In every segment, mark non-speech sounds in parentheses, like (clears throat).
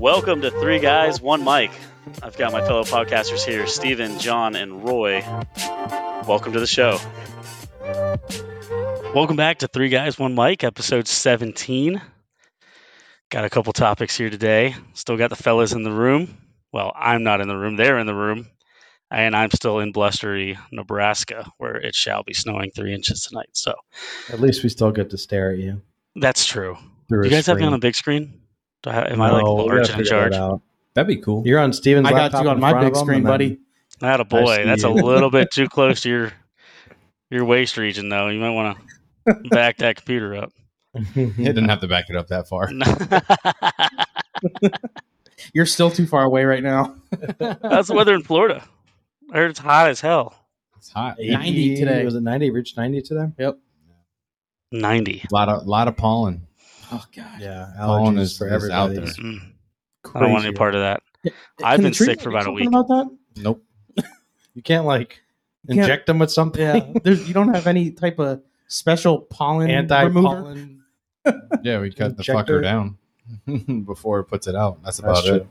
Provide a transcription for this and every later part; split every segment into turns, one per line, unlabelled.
Welcome to Three Guys, One Mic. I've got my fellow podcasters here, Steven, John, and Roy. Welcome to the show. Welcome back to Three Guys, One Mic, episode 17. Got a couple topics here today. Still got the fellas in the room. Well, I'm not in the room, they're in the room. And I'm still in blustery Nebraska, where it shall be snowing three inches tonight. So
At least we still get to stare at you
that's true.
through
you
a
guys have me
screen.
on a big screen? Do I, am I like
No, we gotta
large and in
figure
charge?
that out.
That'd be cool.
You're on Steven's
I got
laptop
you on
in
my
front
big
of him,
screen,
and then-
buddy.
Not a boy.
see
That's a
(laughs)
you.
little bit too close to your your waist region, though. You might want to back that computer up. (laughs)
(laughs) It didn't have to back it up that far.
(laughs)
That's
You're still too far away right now.
the weather in Florida. I heard it's hot as hell.
It's hot.
80
Ninety today.
Was it 90? Reached 90 today?
Ninety.
A lot of lot of pollen. Oh god.
Yeah.
Pollen
Allergies
is-
for
is out
everybody.
there.
Mm. I don't want any
Crazy.
part of that.
Can
I've
the
been sick
treatment
for
do
about a
something
week.
About that?
Nope.
You can't like
You can't-
inject them with something.
Yeah.
(laughs)
There's you don't have any type of special pollen
Anti
remover.
pollen.
(laughs) Yeah, we cut the
Injector.
fucker down (laughs) before it puts it out. That's
That's
about it.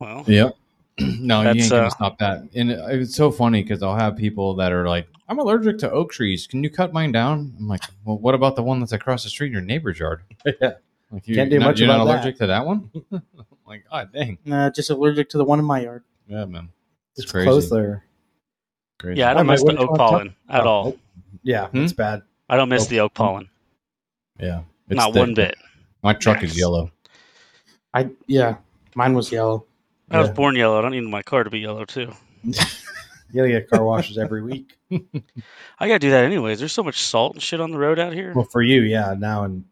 Well,
Yep. (clears throat) no,
That's,
you ain't gonna
uh,
stop that. And it- it's so funny because I'll have people that are like, "I'm allergic to oak trees. Can you cut mine down?" I'm like, "Well, what about the one that's across the street in your neighbor's yard?
(laughs) Yeah.
Like, you,
Can't do
you're not-
much
You're not
about that."
allergic to that one." (laughs) I'm like, God dang.
Nah, just allergic to the one in my yard.
Yeah, man.
It's,
crazy.
close there.
Crazy.
yeah, I
Why
don't
am I-
miss
what
the
did you
oak
wanna talk
pollen at
about?
all.
Yeah.
Hmm?
It's bad.
I don't miss
oh,
Oak-
the oak pollen.
yeah. It's
Not
thick.
one bit.
My truck
Yes.
is yellow.
I yeah. Mine was yellow.
I was
Yeah.
born yellow. I don't need my car to be yellow too.
You gotta get car washes every
(laughs)
week.
I gotta do that anyways. There's so much salt and shit on the road out here.
Well, for you, yeah. Now and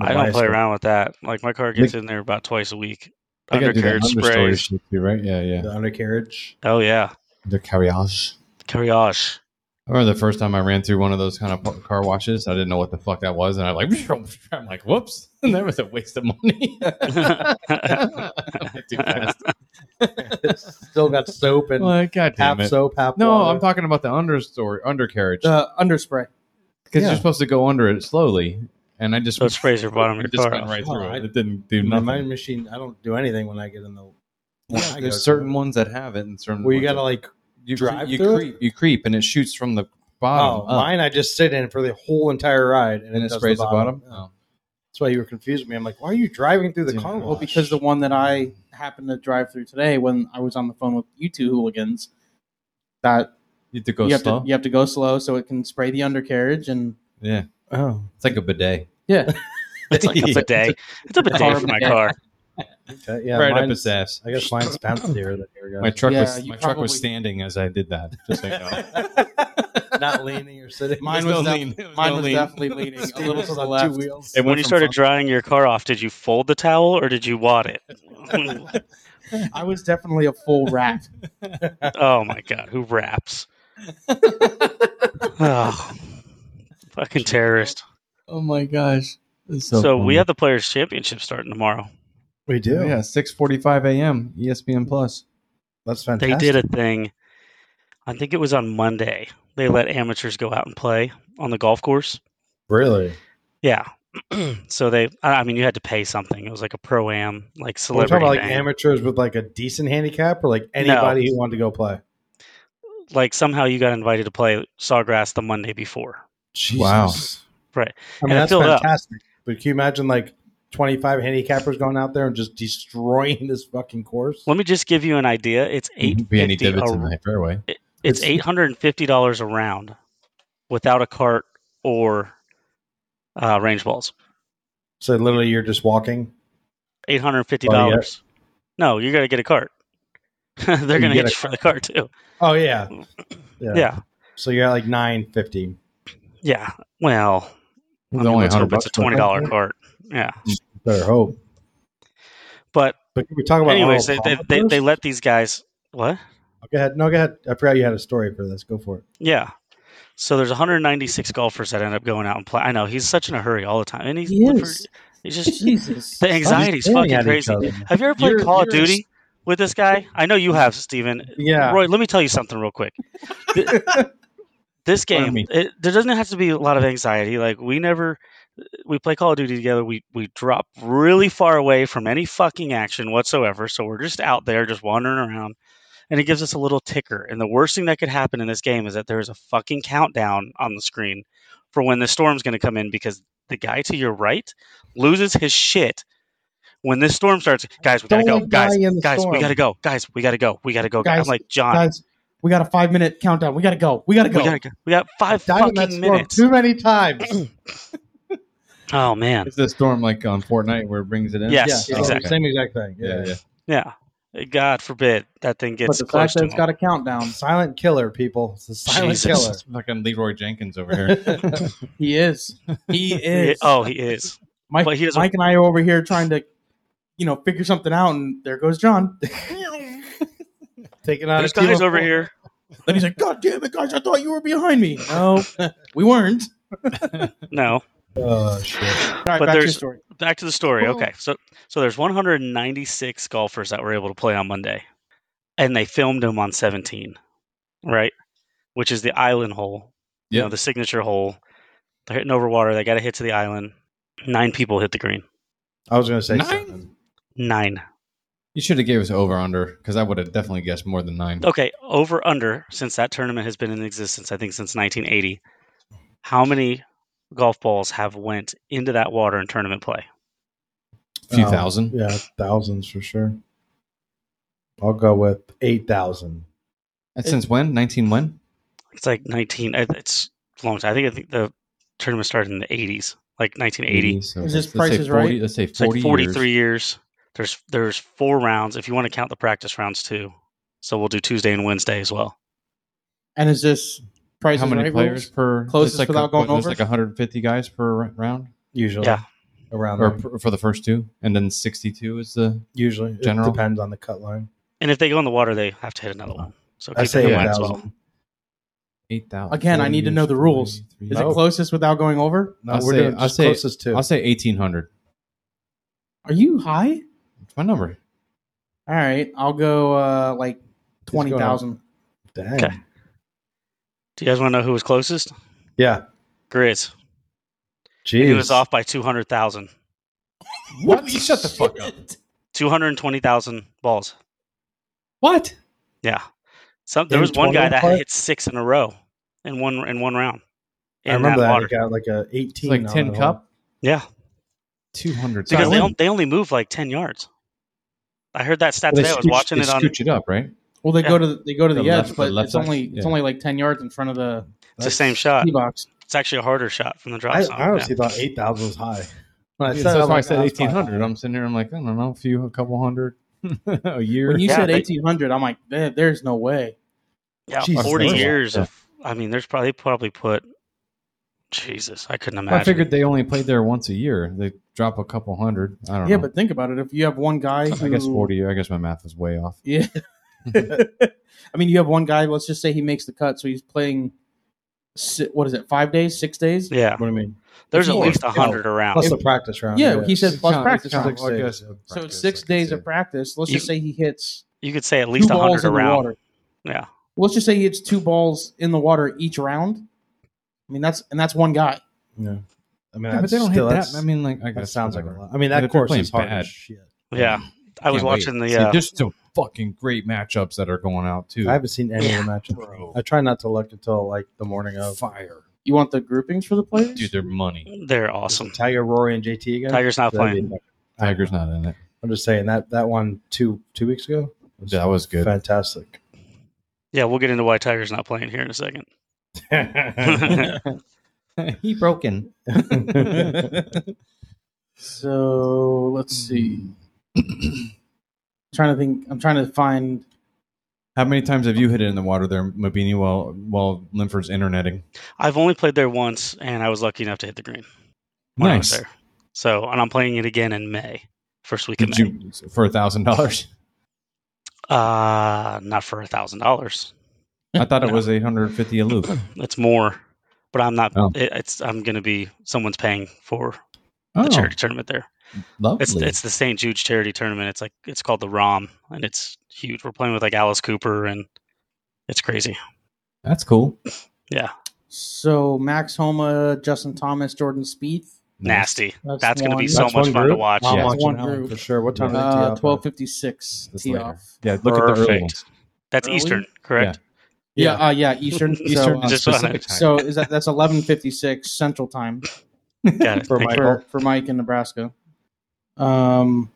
I don't play around with that. Like my car gets in there about twice a week.
I gotta do that
Undercarriage
understory
sprays.
shit too, right? Yeah, yeah.
the
(laughs)
undercarriage.
Oh yeah,
The carriage.
(laughs) carriage.
I remember the first time I ran through one of those kind of p- car washes. I didn't know what the fuck that was, and I like, (laughs) I'm like, whoops, (laughs) that was a waste of money.
(laughs)
(laughs) Too fast.
Still got soap and
Like, God damn
half
it.
soap, half
No,
water. Uh,
I'm talking about the understory undercarriage because
The underspray.
yeah.
you're supposed to go under it slowly, and I just
So it sprays your bottom of your
I just
car
went
off.
right
Oh,
through
I-
it. It didn't do
My
nothing.
mind machine. I don't do anything when I get in the. when I
Yeah,
go
there's
to-
certain ones that have it, and certain
Well, you
ones
gotta
that-
like.
you
drive
you
through it?
creep you creep, and it shoots from the
Oh,
bottom. up,
mine! I just sit in for the whole entire ride, and,
and
it,
it
does
sprays
the bottom. Yeah.
Oh.
That's why you were confused with me. I'm like, why are you driving through the
Yeah.
car?
Well,
wash?
Well, because the one that I happened to drive through today when I was on the phone with you two hooligans, that
You have to go
you have
slow.
to you have to go slow so it can spray the undercarriage and
yeah,
oh,
it's like a bidet. (laughs)
yeah.
It's like a bidet. It's a bidet for my car.
okay, yeah,
right up
mine's-
its ass.
I guess mine's bounced here. That here (laughs)
My
we
truck
Yeah,
was
you
my truck was
probably-
standing as I did that. Just so you
(laughs)
know.
go. (laughs) Not leaning or sitting. (laughs)
Mine
There's
was
no
def-
lean. There was
mine
no
was
lean.
definitely leaning a little to
It's
the
on
left.
two wheels.
It
When
went
you
from
started
front-
drying your car off, did you fold the towel or did you wad it? (laughs)
I was definitely a full rack.
oh my god, who
(laughs)
raps? oh, fucking terrorist.
oh my gosh.
So, we have the Players Championship starting tomorrow.
We do.
yeah, six forty-five E a.m. ESPN Plus.
That's
They
fantastic.
did a thing. I think it was on Monday. They let amateurs go out and play on the golf course.
really.
Yeah. (clears throat) so they, I I mean, you had to pay something. It was like a pro am, like
We're
celebrity,
talking about like
thing.
amateurs with like a decent handicap, or like anybody who wanted to go play.
like somehow you got invited to play Sawgrass the Monday before.
Wow.
Jesus.
Right.
I
And
mean,
it
that's
filled up.
fantastic. But can you imagine like 25 handicappers going out there and just destroying (laughs) this fucking course?
Let me just give you an idea. It's eight
Be any
fifty.
divots in
A,
my fairway.
it's
It's-
eight hundred and fifty dollars a round, without a cart or uh, range balls.
So literally, you're just walking.
Eight hundred and fifty dollars. No, you got to get a cart. (laughs) They're
You
going to
get
hit
a
you for the cart too.
Oh yeah, yeah.
Yeah.
So you're at like 950.
Yeah. Well, I
It's
mean,
only
let's hope
hundred bucks.
it's a twenty dollar cart. Yeah.
Better hope.
But
But can we talk about
anyways, they,
Arnold
they,
Palmer
they,
first?
they let these guys what?
Oh, Go ahead. No, go ahead. I forgot you had a story for this. Go for it.
Yeah. So there's 196 golfers that end up going out and play. I know he's such in a hurry all the time, and he's
He
for-
is.
he's just
Jesus.
the anxiety's
Just staring
fucking
at each
crazy.
other.
Have you ever played
You're-
Call of
you're
Duty with this guy? I know you have, Steven.
Yeah.
Roy, let me tell you something real quick. Th- this
Pardon
game,
me.
it, there doesn't have to be a lot of anxiety. Like we never we play Call of Duty together. We we drop really far away from any fucking action whatsoever. So we're just out there, just wandering around, and it gives us a little ticker. And the worst thing that could happen in this game is that there is a fucking countdown on the screen for when the storm's going to come in because the guy to your right loses his shit when this storm starts. Guys, we gotta go.
Don't die
Guys,
in the
guys, we
storm.
gotta go. Guys, we gotta go. We gotta go.
Guys,
I'm like John.
Guys, we got a five minute countdown. We gotta go. We gotta
we
go.
gotta go. We got five
Died in that
fucking
storm
minutes.
too
(clears throat)
many times.
Oh man.
It's the storm like on Fortnite where it brings it in.
Yes,
yeah,
exactly.
Same exact thing. Yeah,
Yeah, yeah.
Yeah. God forbid that thing
but
gets
the
close
fact
to
that it's
him.
got a countdown,
Silent killer, people. It's a silent
Jesus.
killer.
It's fucking Leroy Jenkins over
(laughs)
here.
he is.
(laughs)
He
He-
is.
oh, he is.
Mike,
but he doesn't-
Mike and I are over here trying to, you know, figure something out, and there
(laughs)
goes John.
Taking out
There's
a team
guys
of
over
four.
here.
Then he's like, "God damn it, guys! I thought you were behind me."
(laughs)
No, we weren't.
No.
Oh shit!
All right,
But
back to your
there's-
story.
Back to the story.
Cool.
Okay. So so there's 196 golfers that were able to play on Monday. And they filmed them on 17. Right? Which is the island hole. You
Yeah.
know, the signature hole. They're hitting over water. They got to hit to the island. Nine people hit the green.
I was gonna say
Nine?
something.
Nine.
You should have gave us over under because I would have definitely guessed more than nine.
Okay, over under since that tournament has been in existence, I think since 1980. How many golf balls have went into that water in tournament play?
A few
Oh,
thousand.
Yeah, thousands for sure. I'll go with eight thousand.
And Since when? 19 when?
It's like 19. I- It's a long time. I think I think the tournament started in the 80s, like 1980.
So
Is
let's-
this
let's
Price
say
is
40
Right?
Let's say
It's like
40
43
years.
years. There's there's four rounds if you want to count the practice rounds too. So we'll do Tuesday and Wednesday as well.
And is this price?
How
is
many
Right
players
rules?
per?
Closest
it's like
without going
what, there's
over?
like 150 guys per r- round,
Usually,
Yeah.
around
or
there.
per, for the first two, and then 62 is the.
usually
general?
it depends on the cut line.
And if they go in the water, they have to hit another one. So
I
keep
say
that in
eight
mind as
thousand.
well.
Eight thousand.
Again, I need to know the rules. Is
No.
it closest without going over?
No,
I'll
we're
say-
doing
I'll
just
say-
closest to.
I'll say eighteen hundred.
Are you high?
It's my number.
All right, I'll go uh, like
going
twenty thousand.
Dang.
Okay. Do you guys want to know who was closest?
Yeah.
Grizz.
Jeez.
He was off by 200,000.
What? Shut the fuck up.
220,000 balls.
What?
Yeah. Some there
In
was one guy
tournament
that
play?
hit six in a row in one in one round.
I
in
remember that.
water.
He got like a
It's
eighteen.
like
on
ten
it.
cup.
Yeah,
Two hundred.
because they,
Silent.
on- they only move like ten yards. I heard that stat today. I was watching it on.
Scooch it up, right?
Well, they
Yeah.
go to the, they go to the,
The
edge,
left-
but
the left
it's only
side?
it's
Yeah.
only like ten yards in front of the
It's the same shot.
tee box.
It's actually a harder shot from the drop
I,
zone.
I
Yeah.
honestly thought eight thousand was high. When
That's
it,
why I
like,
said
"Oh, that's
eighteen
fine."
hundred. I'm sitting here. I'm like, I don't know, a few, a couple hundred, (laughs) a year.
When you
Yeah,
said
they-
eighteen hundred, I'm like, there, there's no way.
Yeah,
Jesus,
forty
that's a lot.
years of. I mean, there's probably probably put. Jesus, I couldn't imagine.
I figured they only played there once a year. They drop a couple hundred. I don't
Yeah,
know.
but think about it. If you have one guy,
I guess
who-
forty. I guess my math was way off.
Yeah. Mm-hmm. (laughs) I mean, you have one guy. Let's just say he makes the cut, so he's playing. si- What is it? Five days? Six days?
yeah,
What do you mean?
there's at
Four.
least a hundred around.
Plus the practice round.
Oh, Yeah, he said plus
Count-
practice
count-
round.
I guess, uh,
So
practice,
six
I could
days
say.
of practice. Let's
You-
just say he hits
You could say at
two
least a
balls
hundred
in the
around.
water.
Yeah.
Let's just say he hits two balls in the water each round. I mean, that's and that's one guy.
Yeah. I mean,
Yeah, but
that's
they don't
still-
hit
that's-
that. I mean, like, I
that
guess
sounds like a
whatever.
lot. I mean,
But
that
if they're
course
playing
is hard.
bad-
as shit.
Yeah, I was
Can't wait.
watching
See,
the. Uh,
there's some fucking great matchups that are going out too.
I haven't seen any
Yeah.
of the matchups.
Bro.
I try not to look until like the morning of.
fire,
You want the groupings for the players?
dude. They're money.
they're
Is
awesome.
it Tiger, Rory, and JT again.
Tiger's not
That'd be
playing.
fucking-
Tiger's not in it.
I'm just saying that that one two two weeks ago. was
That was good.
Fantastic.
Yeah, we'll get into why Tiger's not playing here in a second.
(laughs) he (laughs) broken.
So let's see. trying to think. I'm trying to find.
How many times have you hit it in the water there, Mabini, while while Linford's interneting?
I've only played there once, and I was lucky enough to hit the green when I was there. So, and I'm playing it again in May, first week of
Did
May.
you (laughs) for a thousand dollars?
Uh, not for a thousand dollars.
I thought it
No. (laughs)
was eight hundred fifty a loop.
It's more, but I'm not.
Oh.
It, it's I'm going to be someone's paying for the
Oh,
charity tournament there.
lovely.
It's it's the St. Jude's charity tournament. It's like it's called the ROM, and it's huge. We're playing with like Alice Cooper, and it's crazy.
That's cool.
Yeah,
So Max Homa, Justin Thomas, Jordan Spieth.
Nasty.
That's
That's going to
one-
be so
That's
much
one
fun to
group?
watch.
Wow.
I'm
Yeah.
watching
One
that one
group.
for sure. What time did
Uh,
it tee off?
twelve fifty six.
This
Tee
later.
off.
Yeah, look at the early
Perfect.
ones.
That's
Early?
Eastern, correct?
Yeah, uh, yeah,
(laughs)
Eastern.
Eastern
So, uh,
and
Just wanna-
Pacific time.
so is that that's eleven fifty six Central Time
(laughs)
Got it.
For
Thank
my-
you.
Michael.
for, for Mike in Nebraska. Um,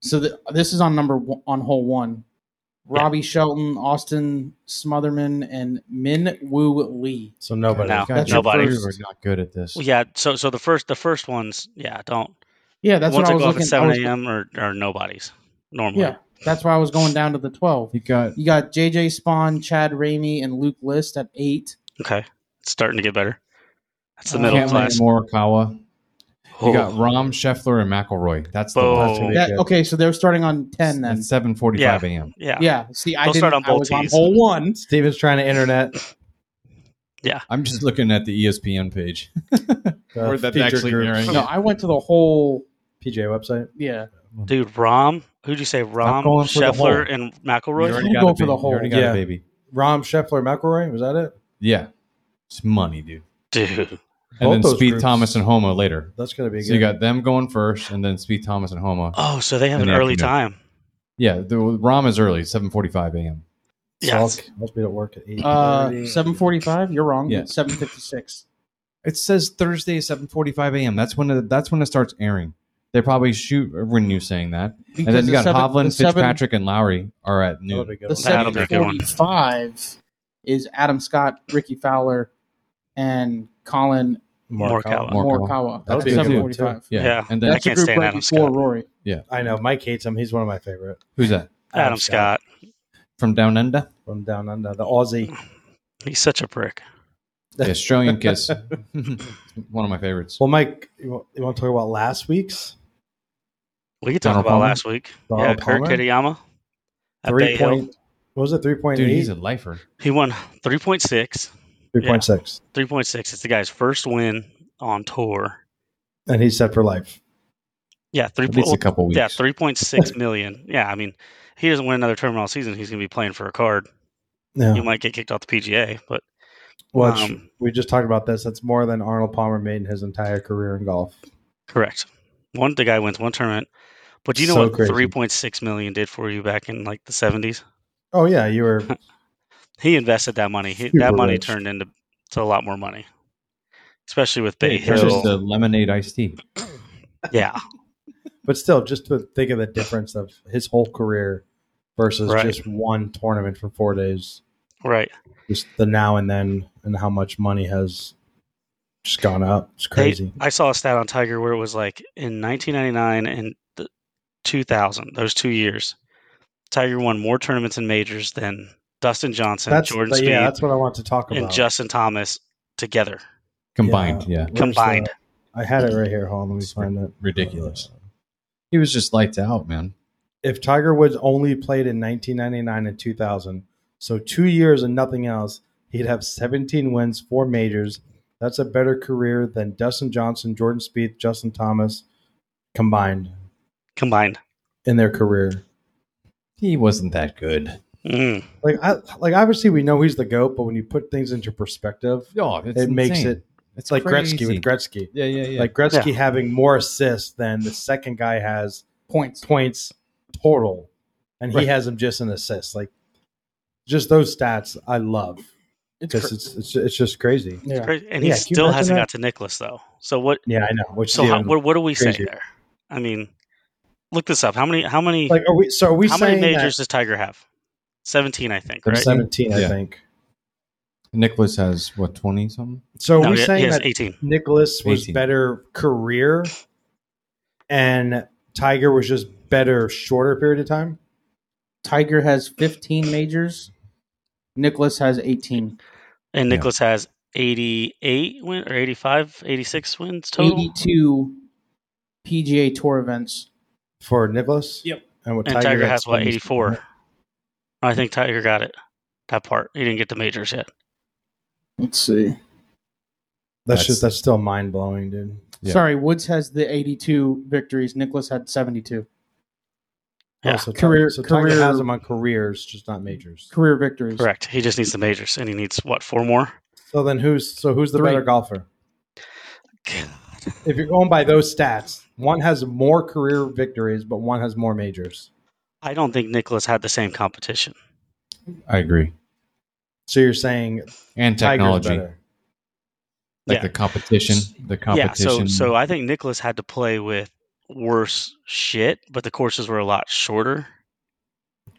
so the, this is on number one, on hole one.
Yeah.
Robbie Shelton, Austin Smotherman, and Min Woo Lee.
So nobody.
No.
God,
Nobody.
you are not good at this.
Well, yeah. So so the first the first ones, yeah, don't.
Yeah, that's
ones that
what I was
go off
looking.
at seven
I was-
a.m. Or, or nobody's normally.
Yeah, that's why I was going down to the twelve.
You got
You got JJ Spawn, Chad Ramey, and Luke List at eight.
Okay, it's starting to get better. That's the
Uh,
middle
Cameron
class.
Morikawa.
Oh,
You got Rom Scheffler and McElroy. That's the
Boom.
last one.
That, okay, so they're starting on ten then.
It's seven forty-five a.m.
yeah.
Yeah. See, I
They'll
didn't.
start on
I was
both
on
tees.
hole one.
Steven's trying to internet.
I'm just looking at the E ESPN page.
the
(laughs) Or that's
featured
actually
groups.
airing.
No, I went to the whole.
PJ website.
Yeah.
Dude, Rom. Who'd you say? Rom,
going for the hole.
Scheffler, and
You
McElroy.
already
Go
a baby.
for the
You
hole.
already got a
Yeah.
baby.
Rom Scheffler McElroy. Was that it?
Yeah, it's money, dude.
Dude,
And
Both
then
those
Speed
groups.
Thomas and Homa later.
That's gonna be
So
good.
you got them going first, and then Speed Thomas and Homa.
oh, so they have
In
an
the
early
afternoon.
time.
Yeah, the Rom is early, seven forty-five a.m.
Yes.
Salk must be at work at eight.
Uh, seven forty-five. You're wrong.
Yeah.
It's seven fifty-six.
It says Thursday, seven forty-five a.m. That's when it, that's when it starts airing. They probably shoot when you saying that, and then you got Hovland, Fitzpatrick, and Lowry are at noon.
That'll be good.
The
one.
That'll
seven
be a good one.
forty-five is Adam Scott, Ricky Fowler, and Colin
Morikawa.
Morikawa.
Morikawa.
That'll
That's
be a good
seven
one, too.
forty-five.
Yeah.
Yeah.
and then
That's a
can't
group
stand
right
Adam
before
Scott.
Rory.
I know. Mike hates him. He's one of my favorite.
who's that
Adam, Scott.
from Down Under?
from down under the Aussie.
He's such a prick.
The Australian Kiss, one of my favorites.
Well, Mike, you want, you want to talk about last week's
We could talk
Donald
about
Palmer?
last week. yeah,
Donald
Kurt
Palmer?
Kitayama. at Bay
three
Hill.
point? What was it? Three point
Dude,
eight.
he's a lifer.
He won 3.6.
Three point six,
3.6. It's the guy's first win on tour.
and he's set for life.
Yeah, three
At least a
point.
couple weeks.
Yeah, three point six million. Yeah, I mean, he doesn't win another tournament all season. He's going to be playing for a card.
Yeah.
He might get kicked off the PGA, but
Well,
um,
it's- we just talked about this. That's more than Arnold Palmer made in his entire career in golf.
correct. One the guy wins one tournament, but do you know
So
what
crazy.
three point six million did for you back in like the seventies?
Oh yeah, you
(laughs)
were
He invested that money. He,
Super
that money
rich.
turned into to a lot more money, especially with Bay
Hey, purchased
Hill.
a lemonade iced tea.
yeah,
But still, just to think of the difference of his whole career versus
Right.
just one tournament for four days,
right.
just the now and then, and how much money has just gone up. It's
They-
crazy.
I saw a stat on Tiger where it was like in 1999 and th- 2000, those two years, Tiger won more tournaments and majors than Dustin Johnson,
that's
Jordan
but
Speed,
yeah, that's what I want to talk about.
and Justin Thomas together.
Combined, yeah.
Where's
Combined.
the- I had it right here. Hold on, let me find it.
Ridiculous. He was just lights out, man.
If Tiger Woods only played in 1999 and 2000, so two years and nothing else, he'd have 17 wins, four majors. That's a better career than Dustin Johnson, Jordan Spieth, Justin Thomas combined
Combined.
in their career.
He wasn't that good.
Mm.
like I like obviously we know he's the goat, but when you put things into perspective,
Oh, it's
it makes
insane.
it.
It's
It's like
crazy.
Gretzky with Gretzky,
Yeah, yeah, yeah.
like Gretzky having more assists than the second guy has
Points.
points total, and he
Right.
has him just an assist. Like just those stats, I love
It's
because
cr-
it's, it's it's just crazy.
yeah.
Crazy. And he
Yeah, can you
still
imagine
hasn't
that?
got to Nicholas, though. So what?
Yeah, I know. Which
So
is
how,
even-
what, what do we say
crazy.
there? I mean, look this up. How many? How many?
like are we? So are we
how many
saying
majors does Tiger have? 17, I think.
that
Right?
seventeen? I
Yeah.
think.
Nicholas has what twenty something.
So
no,
are we
he, he
saying
has
that
18.
Nicholas was
18.
better career, and Tiger was just better shorter period of time.
Tiger has fifteen majors. Nicholas has eighteen.
And
Yeah.
Nicholas has 88 win or 85, 86 wins total.
Eighty-two PGA Tour events.
for Nicholas.
Yep.
And, what
And Tiger,
had
has what
20.
84. I think Tiger got it. That part. He didn't get the majors yet.
Let's see.
That's,
That's-
just that's still mind blowing, dude.
Yeah.
Sorry, Woods has the 82 victories. Nicholas had 72
Yeah.
so
Career-
Tiger, so Tiger
career-
has him on careers, just not majors.
career victories.
Correct. He just needs the majors and he needs what four more?
So then who's so who's the
Three.
better golfer?
God.
if you're going by those stats, one has more career victories, but one has more majors.
I don't think Nicholas had the same competition.
I agree.
So you're saying
And
Tiger's
technology,
better?
like
Yeah.
the competition, the competition.
Yeah, so so I think Nicholas had to play with worse shit, but the courses were a lot shorter.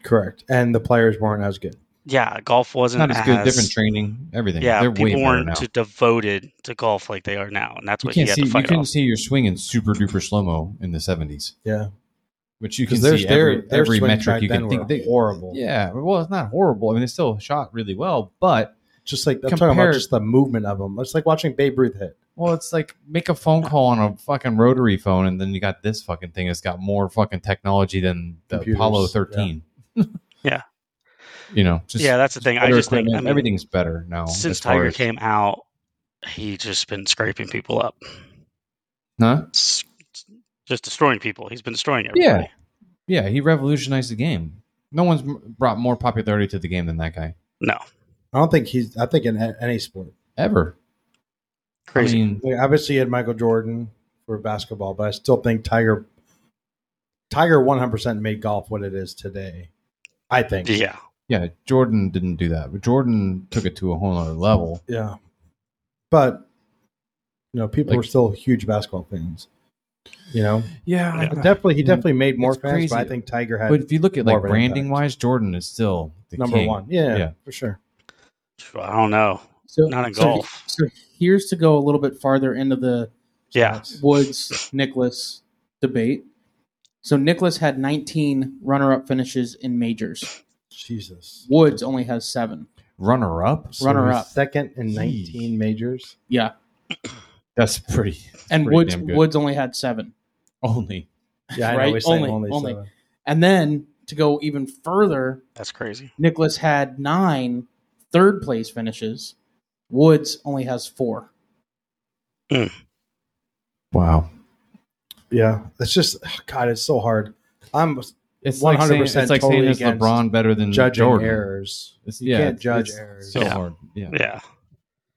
Correct. And the players weren't as good.
Yeah, golf wasn't
not as good. Different
as-
training, everything.
Yeah,
they're way
people
better
weren't
now.
too devoted to golf like they are now, and that's
You
what he
can't
had
see.
to
You
fight
couldn't
off.
see your swinging super duper slow mo in the seventies,
Yeah,
which you can
because
see
their
every,
their, their
every
swings
metric
back
you
then
can
were
think. They,
horrible.
yeah, well, it's not horrible. I mean, it's still shot really well, but
just like I'm talking
Compare-
about just the movement of them. It's like watching Babe Ruth hit.
Well, it's like make a phone call on a fucking rotary phone, and then you got this fucking thing. It's got more fucking technology than the
Computers,
Apollo thirteen.
(laughs) Yeah.
(laughs) you know, just
yeah, that's the thing. I
better
just think I
equipment.
mean,
everything's better now.
since
as far
Tiger
as-
came out, he just been scraping people up,
huh?
S- just destroying people. He's been destroying everybody.
Yeah, he revolutionized the game. No one's m- brought more popularity to the game than that guy
No,
I don't think he's. I think in a- any sport.
ever.
crazy.
I mean,
Like, obviously, you had Michael Jordan for basketball, but I still think Tiger. Tiger 100% made golf what it is today. I think.
yeah,
yeah, Jordan didn't do that. But Jordan took it to a whole other level.
Yeah. But you know, people
Like-
were still huge basketball fans. You know,
Yeah,
I-
definitely he
Yeah.
definitely made more
It's
fans,
crazy.
but I think Tiger had
But if you look at
More
like
of an
branding
impact.
wise, Jordan is still the
number
king.
one. Yeah,
Yeah.
for sure.
I don't know.
So,
Not in
so-
golf.
So here's to go a little bit farther into the uh,
Yeah,
Woods Nicholas debate. So Nicholas had 19 runner-up finishes in majors.
Jesus.
Woods only has seven.
Runner up.
So
Runner
he's
up.
Second in
Jeez.
19 majors.
Yeah,
That's pretty (laughs)
and
Pretty
Woods
damn good.
Woods only had seven.
only.
Yeah, I
Right?
know. we say
Only-
only,
only.
seven.
And then to go even further,
that's crazy.
Nicholas had nine third place finishes. Woods only has four.
Wow.
Yeah, it's just God. It's so hard. I'm
It's 100%
100%
like saying, it's like
totally
saying is
against
LeBron better than
judging
Jordan?
errors.
It's,
You
yeah,
can't
it's-
judge
it's
errors.
So
Yeah.
hard. Yeah.
Yeah,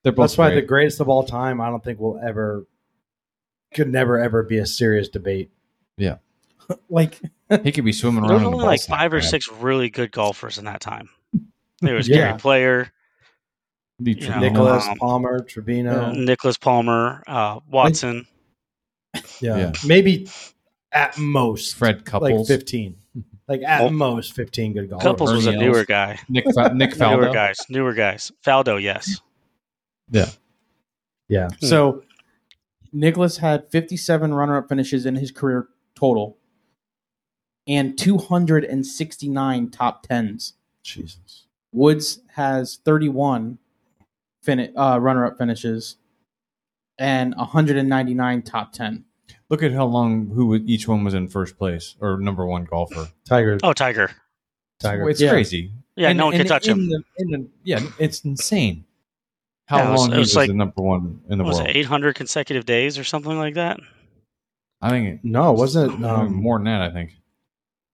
They're both
That's why the
great.
greatest of all time. I don't think will ever could never ever be a serious debate.
Like
he could be swimming
there
around
was
in the
only
ball
like
sack,
five or
man.
six really good golfers in that time. There was
Yeah.
Gary Player,
The
you
tr-
know,
Nicholas
um,
Palmer, Trevino.
Nicholas Palmer, uh, Watson.
Yeah.
Yeah.
Maybe at most
Fred
like
Couples,
15. Like at
Well,
most 15 good golfers.
Couples was a
Ernie Els.
newer guy.
Nick
(laughs)
Fa- Nick
Newer
Faldo.
guys. Newer guys. Faldo, yes.
Yeah.
Hmm.
so, Nicholas had 57 runner-up finishes in his career total, and 269 top tens.
Jesus.
Woods has 31 fin- uh, runner-up finishes and 199 top 10.
Look at how long who was- each one was in first place or number one golfer.
Tiger.
Oh, Tiger.
Tiger.
It's
Yeah.
crazy.
Yeah,
And-
no one
and-
can touch
in
him.
the- in the- yeah, it's insane. How
Yeah, it was-
long
it
he
was
was
like-
the number one in the
What was
world?
it 800 consecutive days or something like that?
I think it,
no, it wasn't. Um,
more than that. I think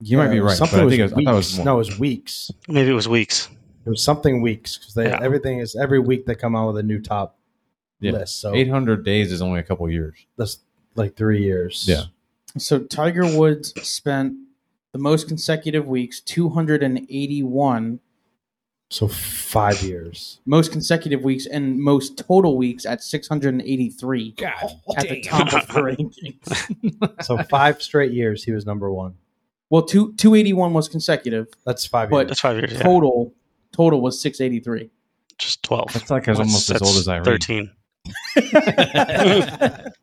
you might be right.
Something
but I
was
think it was, I
weeks.
thought it was more.
no, it was weeks.
Maybe it was weeks.
It was something weeks because
Yeah.
everything is every week they come out with a new top
Yeah.
list. So
800 days is only a couple years.
that's like three years.
Yeah.
So Tiger Woods spent the most consecutive weeks, 281
So five years.
most consecutive weeks and most total weeks at 683
God,
at the top of the rankings.
So five straight years he was number one.
Well, two, 281 was consecutive.
That's five
But-
years.
That's five years. Yeah.
Total total was 683.
Just 12.
That's like I was
That's-
almost as
that's
old as Irene. (laughs)
13.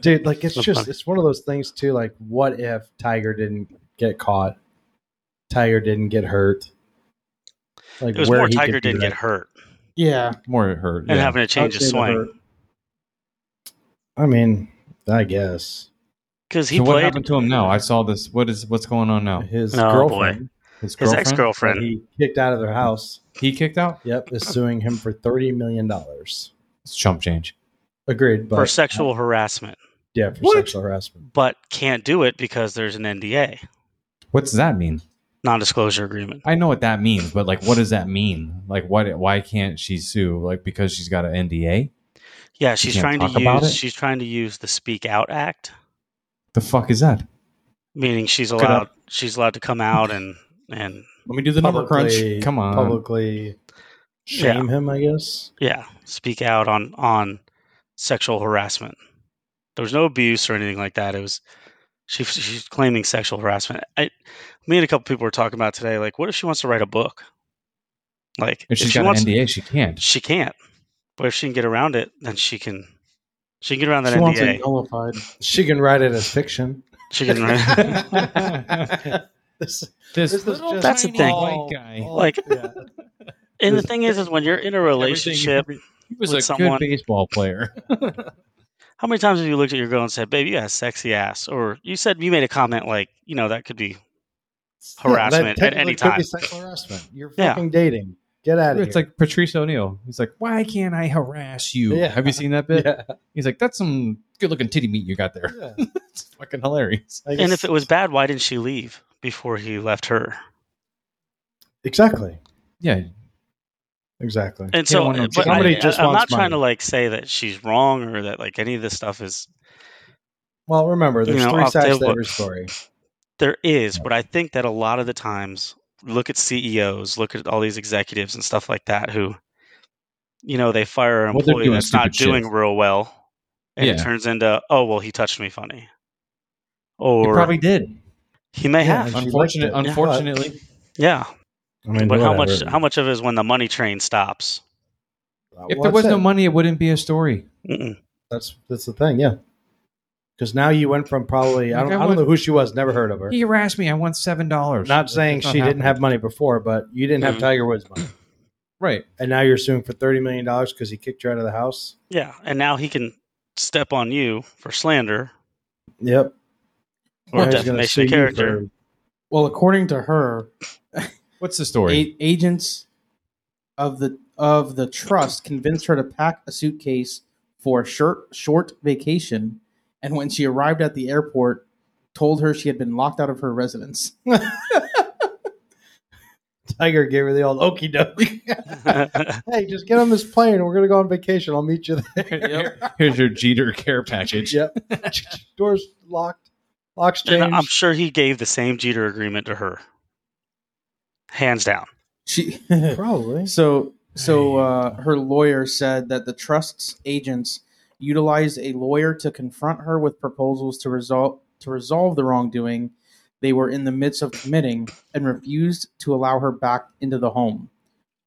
Dude, like it's
That's
just
funny.
it's one of those things too, like what if Tiger didn't get caught? Tiger didn't get hurt. Like
It was
where
more
he
Tiger
could do
didn't
that.
get hurt
Yeah.
More it hurt.
and
yeah.
having to change
I'd
his
say the
swing.
hurt.
I mean, I guess.
Because he
so what
played
happened to him now? I saw this. What is what's going on now?
His
Oh,
girlfriend
His
his
girlfriend.
ex
that
girlfriend.
he kicked out of their house,
He kicked out.
yep, is suing him for thirty million dollars.
It's chump change.
Agreed, but
For sexual harassment,
yeah, for
What?
sexual harassment.
but can't do it because there's an NDA,
What does that mean?
non disclosure agreement.
I know what that means, but like, what does that mean? Like, what? Why can't she sue? Like, because she's got an NDA.
Yeah, she's
can't
trying to
talk about
use
it?
she's trying to use the Speak Out Act,
The fuck is that?
meaning she's
Look it
allowed
up.
she's allowed to come out and and
Let me do the number crunch.
Publicly-
Come on.
Publicly shame him, I guess.
yeah, speak out on on sexual harassment. There was no abuse or anything like that. It was she she's claiming sexual harassment. I me and a couple people were talking about today like what if she wants to write a book? Like
If she's
she
got
wants
an NDA, she can't.
she can't. But if she can get around it, then she can she can get around that
She wants
NDA.
it nullified.
She can write it as fiction.
(laughs) She can
(laughs)
This-
this
This is just-
That's the thing.
white guy.
like
yeah.
and the thing is is when you're in a relationship
He was
with
a
someone-
good baseball player. (laughs)
How many times have you looked at your girl and said, "Babe, you got a sexy ass," or you said you made a comment like, you know, that could be (laughs) harassment
That
at any
technically could
time.
be sexual harassment. You're
Yeah.
fucking dating. Get out of
it's
here.
like Patrice O'Neill. He's like, "Why can't I harass you?"
Yeah.
Have you seen that bit?
yeah.
(laughs) He's like, "That's some good-looking titty meat you got there." (laughs)
yeah.
it's fucking hilarious.
I
and
guess-
if it was bad, why didn't she leave before he left her?
exactly,
Yeah,
exactly.
And so,
want no
but I,
Somebody just
am
wants
not trying to
money.
like say that she's wrong or that like any of this stuff is
Well, remember,
You
there's
know,
three
I'll
sides
tell
to
what-
every story.
there is, but I think that a lot of the times, look at CEOs, look at all these executives and stuff like that who, you know, they fire an
Well, they're
employee
doing
that's not
stupid shit.
doing real well, and it
Yeah.
turns into, oh well, he touched me funny,
he
or
probably did.
he may
Yeah,
have.
She liked
Unfortunate,
it. Yeah.
unfortunately,
Yeah,
I mean,
but how much?
whatever.
How much of it is when the money train stops?
Well,
if there
that's
was no
it.
money, it wouldn't be a story.
Mm-mm.
that's that's the thing, yeah. Because now you went from probably I
Like
don't,
I
I don't
would-
know who she was, never heard of her.
He harassed me. I want seven dollars.
Not saying she didn't have money before, but you didn't
Mhm.
have Tiger Woods money,
right.
and now you're suing for thirty million dollars because he kicked you out of the house.
Yeah, and now he can step on you for slander
Yep.
or
Now he's gonna sue
defamation
you
of character.
for-
Well, according to her,
What's the story? (laughs)
a- agents of the of the trust convinced her to pack a suitcase for a short short vacation, and when she arrived at the airport, told her she had been locked out of her residence. (laughs)
Tiger gave her the old okey (laughs) doke. hey, just get on this plane. We're gonna go on vacation. I'll meet you
(laughs)
there.
Here's your Jeter care package.
Yep. Doors locked. Locks
(laughs) And I'm
changed.
sure he gave the same Jeter agreement to her, hands down.
She
Probably.
So, so uh, her lawyer said that the trust's agents utilized a lawyer to confront her with proposals to resolve to resolve the wrongdoing they were in the midst of committing, and refused to allow her back into the home.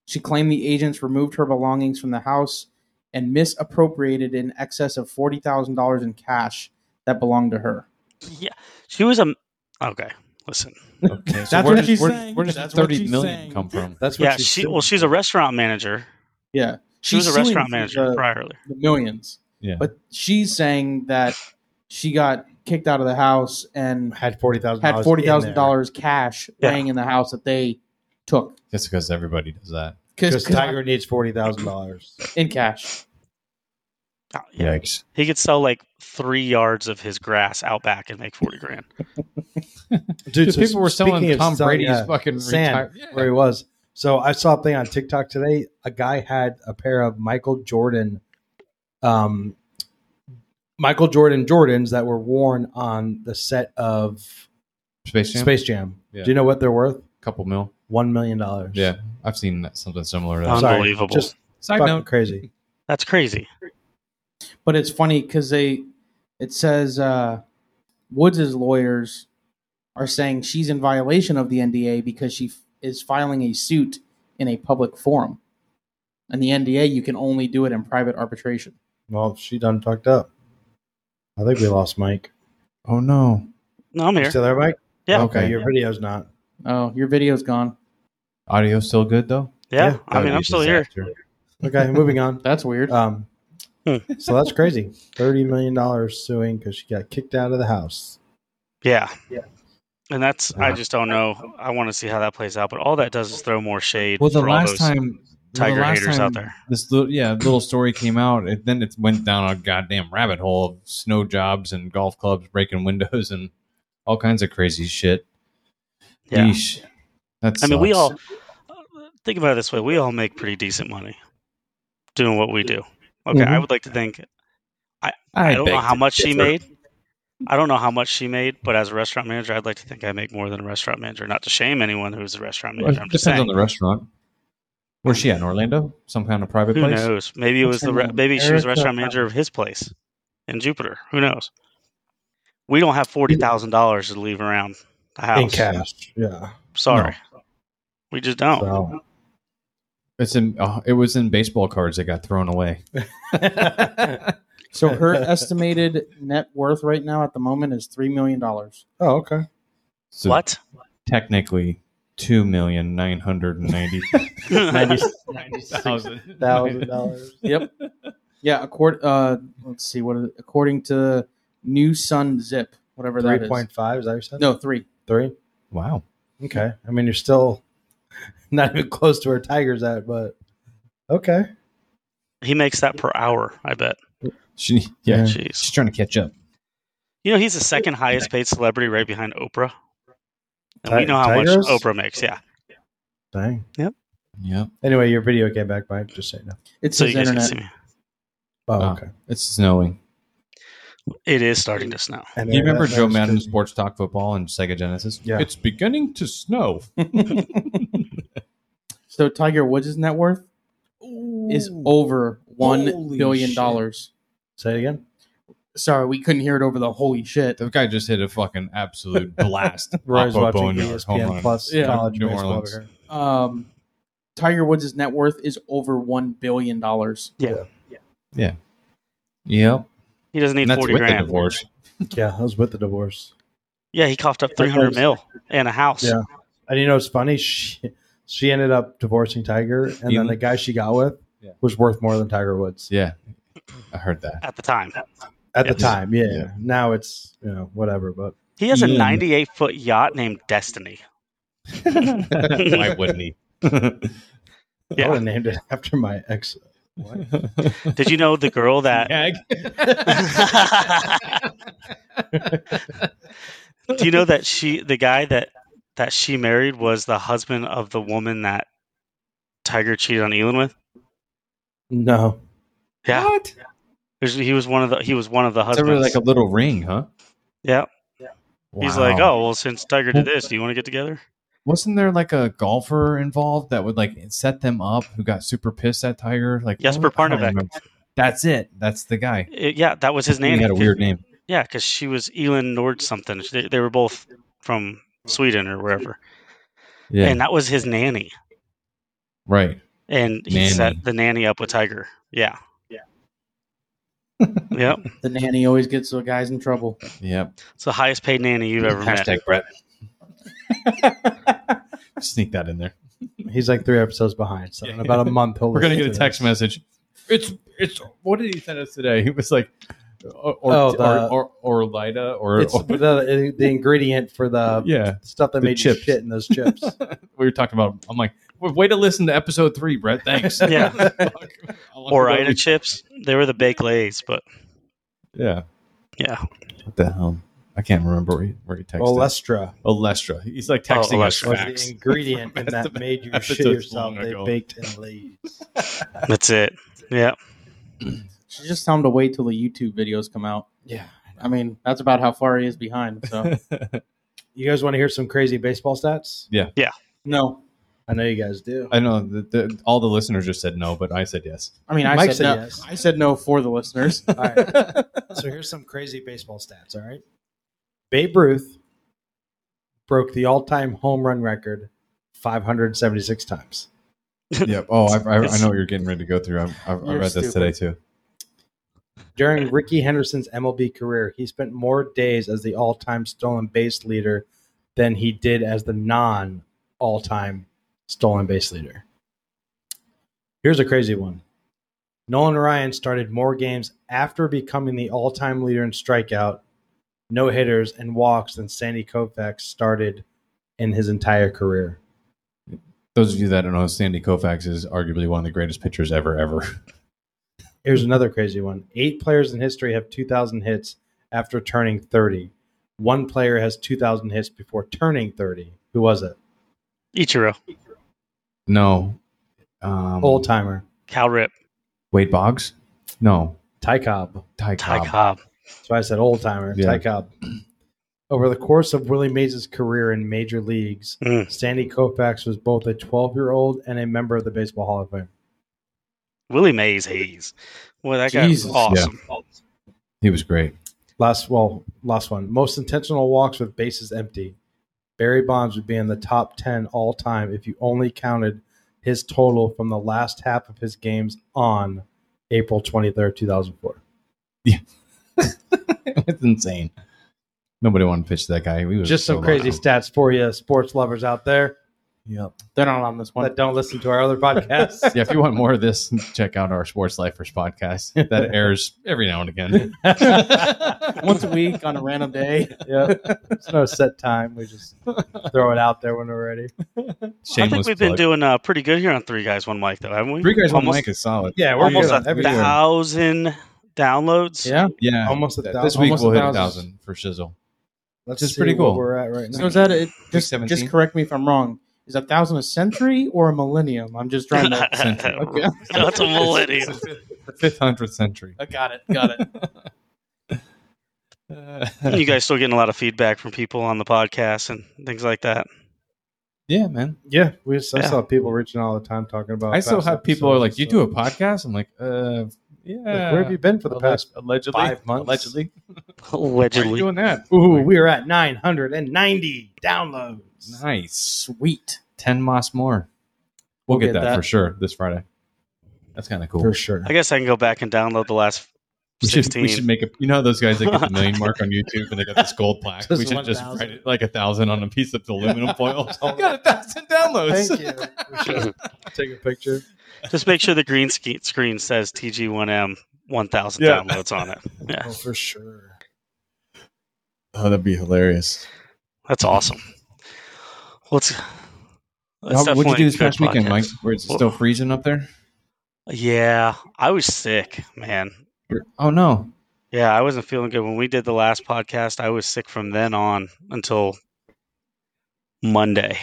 She claimed the agents removed her belongings from the house and misappropriated in excess of forty thousand dollars in cash that belonged to her.
Yeah, she was a okay. Listen,
Okay, so
That's
where
what
does-
she's
where-
saying.
Where does
That's what
thirty
she's
million
saying.
(laughs)
come from?
That's what
yeah,
she's
she
doing.
well, she's a restaurant manager.
Yeah,
She was a
She's suing
restaurant
for
manager
uh,
the-
priorly.
the millions.
Yeah.
But she's saying that she got kicked out of the house and
had forty thousand.
had forty thousand dollars cash
Yeah.
laying in the house that they took
That's because everybody does that.
because
because
Tiger needs forty thousand dollars.
in cash.
Oh, yeah.
Yikes!
he could sell like three yards of his grass out back and make forty grand.
Dude, people were selling
speaking of
Tom
selling,
Brady's
yeah,
fucking
sand
retire- Yeah.
where he was. So I saw a thing on TikTok today. A guy had a pair of Michael Jordan, um, Michael Jordan Jordans that were worn on the set of
Space Jam.
Space Jam.
Yeah.
Do you know what they're worth?
Couple mil.
One million dollars.
Yeah, I've seen that, something similar to that.
Um,
Sorry,
Unbelievable.
Just
Side
fucking
note.
crazy.
That's crazy.
But it's funny because they it says uh, Woods' lawyers are saying she's in violation of the NDA because she f- is filing a suit in a public forum. And the NDA, you can only do it in private arbitration.
Well, she done fucked up. I think we lost Mike.
Oh no!
No, I'm
You
here.
still there, Mike?
Yeah.
Okay,
Okay.
your video's not.
Oh, your video's gone.
Audio still good though.
Yeah,
Yeah.
I mean, I'm still here.
(laughs)
Okay, moving on.
That's weird.
Um,
Hmm.
so that's crazy. Thirty million dollars suing because she got kicked out of the house.
Yeah.
Yeah.
And that's I
Uh,
just don't know. I want to see how that plays out, but all that does is throw more shade
Well, the
for all
last
those
time well, the
tiger
last
haters
time
out there.
This little, yeah little story came out, and then it went down a goddamn rabbit hole of snow jobs and golf clubs breaking (laughs) windows and all kinds of crazy shit.
Yeah.
Yeesh. That
I mean, we
sucks.
all think about it this way: we all make pretty decent money doing what we do. Okay, I
Mhm.
would like to think I, don't know
beg
how
to
much she
differ.
made. I don't know how much she made, but as a restaurant manager, I'd like to think I make more than a restaurant manager. Not to shame anyone who's a restaurant
Well, it
manager. I'm
depends
just saying.
on the restaurant. Where's she at? In Orlando? Some kind of private
Who
place?
knows? Maybe it was the re-
Depends on
maybe she was the
Erica.
restaurant manager of his place in Jupiter. Who knows? We don't have forty thousand dollars to leave around the house.
in cash. Yeah.
Sorry, we just don't.
So.
It's in. Uh, it was in baseball cards that got thrown away. (laughs)
So her estimated net worth right now at the moment is three million dollars.
oh, okay.
So
what?
Technically, two million nine hundred ninety
(laughs)
(laughs)
thousand. (laughs)
Thousand dollars.
Yep. yeah. Accord. Uh, let's see. What is it? according to New Sun Zip, whatever that
Three
is.
point five. Is that what you said?
No, three.
Three.
Wow.
Okay. I mean, you're still (laughs) not even close to where Tiger's at, but okay.
he makes that per hour. I bet.
She yeah.
Yeah.
Jeez.
She's trying to catch up.
You know he's the second highest paid celebrity, right behind Oprah. And we
Ti-
know how
Tigers?
much Oprah makes. Yeah.
Dang.
Yeah.
Anyway, your video came back, Mike. Just say no.
It's
So you
his
guys can
internet.
see me.
Oh,
Ah.
okay.
It's snowing.
It is starting to snow.
And
Do you
there,
remember
that-
Joe
that's
Madden
good.
Sports Talk Football and Sega Genesis?
Yeah.
It's beginning to snow.
So Tiger Woods' net worth is over one
Holy
billion
shit.
dollars.
Say it again.
Sorry, we couldn't hear it over the holy shit.
The guy just hit a fucking
(laughs)
absolute blast.
Roy's
off a
watching E
boneyard home
ESPN
run.
Plus
Yeah.
college
New
baseball.
Orleans.
over here.
Um, Tiger Woods' net worth is over one billion dollars.
Yep.
He doesn't need
And that's
forty
with the
grand.
divorce.
(laughs) Yeah, I was with the divorce.
Yeah, he coughed up three hundred mil and a house.
Yeah. And you know, it's funny. She she ended up divorcing Tiger, and then
Really?
the guy she got with
Yeah.
was worth more than Tiger Woods
Yeah. I
(laughs)
heard that.
At the time,
at the
Yes.
time. Yeah.
Yeah.
Now it's you know whatever, but
he has a
Yeah.
ninety-eight foot yacht named Destiny.
Why wouldn't
(laughs)
he?
I
Yeah.
Oh,
would have named it (laughs) after my ex.
(laughs)
Did you know the girl that? Do you know that she, the guy that that she married, was the husband of the woman that Tiger cheated on Elon with?
No,
Yeah,
What?
There's- he was one of the he was one of the
It's
husbands.
really like a little ring, huh?
yeah, he's like,
Wow.
oh well, since Tiger did this, do you want to get together?
Wasn't there like a golfer involved that would like set them up who got super pissed at Tiger? Like oh,
Jesper
I don't
Parnevik.
remember. That's it. That's the guy.
It- yeah, that was his name.
He had a weird name.
Yeah, because she was Elin Nord something. They, they were both from Sweden or wherever,
Yeah.
and that was his nanny.
right.
And he
Nanny.
set the nanny up with Tiger. Yeah. Yeah. yep.
The nanny always gets the guys in trouble.
Yep.
It's the highest paid nanny you've ever met.
Hashtag Brett. (laughs) Sneak that in there.
he's like three episodes behind. So in about a month, he'll
(laughs) We're gonna
listen
get a
to
text
this.
message. It's it's what did he send us today? He was like, or or
Oh, the-
or, or, or Lida or,
It's uh,
or-
the, the ingredient for the
(laughs) yeah.
stuff that
The
made
chips.
you shit in those
(laughs)
chips.
We were talking about. I'm like, "W- way to listen to episode three, Brett. Thanks.
(laughs)
(laughs)
Yeah.
I'll look
Or
it up.
Ida chips. They were the baked lays, but
Yeah.
yeah.
What the hell? I can't remember where he, where he texted.
Olestra
Olestra. He's like texting
Oh,
us
Olestra.
was
facts.
the ingredient
(laughs)
and
That's
that
the-
made you
that's
shit
just
yourself.
long
They
ago.
baked in leaves.
That's it. Yeah.
She just tell him to wait till the YouTube videos come out.
Yeah.
I mean, that's about how far he is behind. So
You guys want to hear some crazy baseball stats?
no,
I know you guys do.
(laughs) I know the, the, all the listeners just said no, but I said
(laughs)
yes.
I mean, I
Mike
said,
said
no.
yes.
I said no for the listeners.
All right. so here's some crazy baseball stats. All right. Babe Ruth broke the all-time home run record 576 times.
yep. Oh, I, I, I
It's-
know what you're getting ready to go through. I've, I've, I
You're
read this
stupid.
today too.
During Ricky Henderson's MLB career, he spent more days as the all-time stolen base leader than he did as the non all-time stolen base leader. Here's a crazy one. Nolan Ryan started more games after becoming the all-time leader in strikeout, no-hitters and walks than Sandy Koufax started in his entire career.
Those of you that don't know, Sandy Koufax is arguably one of the greatest pitchers ever, ever.
Here's another crazy one. Eight players in history have 2,000 hits after turning 30. One player has 2,000 hits before turning 30. Who was it?
Ichiro.
No. Um,
Old timer.
Hmm.
Cal Rip.
Wade Boggs. No,
Ty Cobb.
Ty Cobb.
Ty Cobb.
That's why I said old timer.
Yeah.
Ty Cobb. Over the course of Willie Mays' career in major leagues,
Mm.
Sandy Koufax was both a 12 year old and a member of the Baseball Hall of Fame.
Willie Mays Hayes. Boy, that guy
Jesus.
was awesome.
He was great.
Last, well, last one. Most intentional walks with bases empty. Barry Bonds would be in the top 10 all time if you only counted his total from the last half of his games on April 23rd, 2004.
(laughs) it's insane. Nobody wanted to pitch to that guy. He was
Just
so
some crazy
loud.
stats for you, sports lovers out there
Yep.
(laughs) They're not on this one.
that don't listen to our (laughs) other podcasts.
Yeah, if you want more of this, (laughs) check out our Sports Lifers podcast (laughs) that airs every now
(laughs)
and again.
(laughs) Once a week on a random day.
yeah. It's no set time. We just throw it out there when we're ready.
I
Shameless
think we've been
plug.
doing uh, pretty good here on Three Guys One Mic, though, haven't we?
three guys one
almost,
mic is solid.
Yeah, we're
almost
good on
a
every
year.
thousand downloads. (laughs)
Yeah.
Yeah,
Almost a
Th-
thousand.
this week
almost
we'll
a
hit a thousand
thousand.
for Shizzle.
Let's
Which is
see
pretty
where
cool.
We're at right now.
So is that it? Just,
17?
just correct me if I'm wrong. Is a thousand a century or a millennium? I'm just trying
(laughs)
to.
(laughs)
Okay.
That's a millennium.
The fifth hundredth century.
I got it. Got (laughs) it.
Uh,
you guys still getting a lot of feedback from people on the podcast and things like that.
(laughs) yeah, man.
Yeah, we just, I
Yeah.
saw people reaching all the time talking about.
I still
past
have people are
Oh, episodes
like,
and
"You do
stuff."
a podcast?" I'm like, "Uh, yeah."
Like, where have you been for the
Alleg-
past?
allegedly
five months?
Allegedly, why are you
Allegedly.
doing that?
Ooh, we are at nine hundred and ninety downloads.
nice.
(laughs) Sweet.
Ten moss more. We'll, get, that, for sure this Friday. That's kind of cool.
For sure.
I guess I can go back and download the last
We should,
16.
we should make a you know how those guys that get the million mark on YouTube and they got this gold plaque.
Just
we should just
1,000.
write it like a thousand on a piece of aluminum foil. (laughs) got a thousand downloads.
Thank you. We
(laughs)
should take a picture.
Just make sure the green ske- screen says TG1M 1000
Yeah.
downloads on it. Yeah,
Oh, for sure.
Oh, that'd be hilarious.
that's awesome. Let's.
How, what'd you do this past weekend, Mike? Where it's
Well-
still freezing up there?
Yeah, I was sick, man.
Oh no.
Yeah, I wasn't feeling good when we did the last podcast. I was sick from then on until Monday.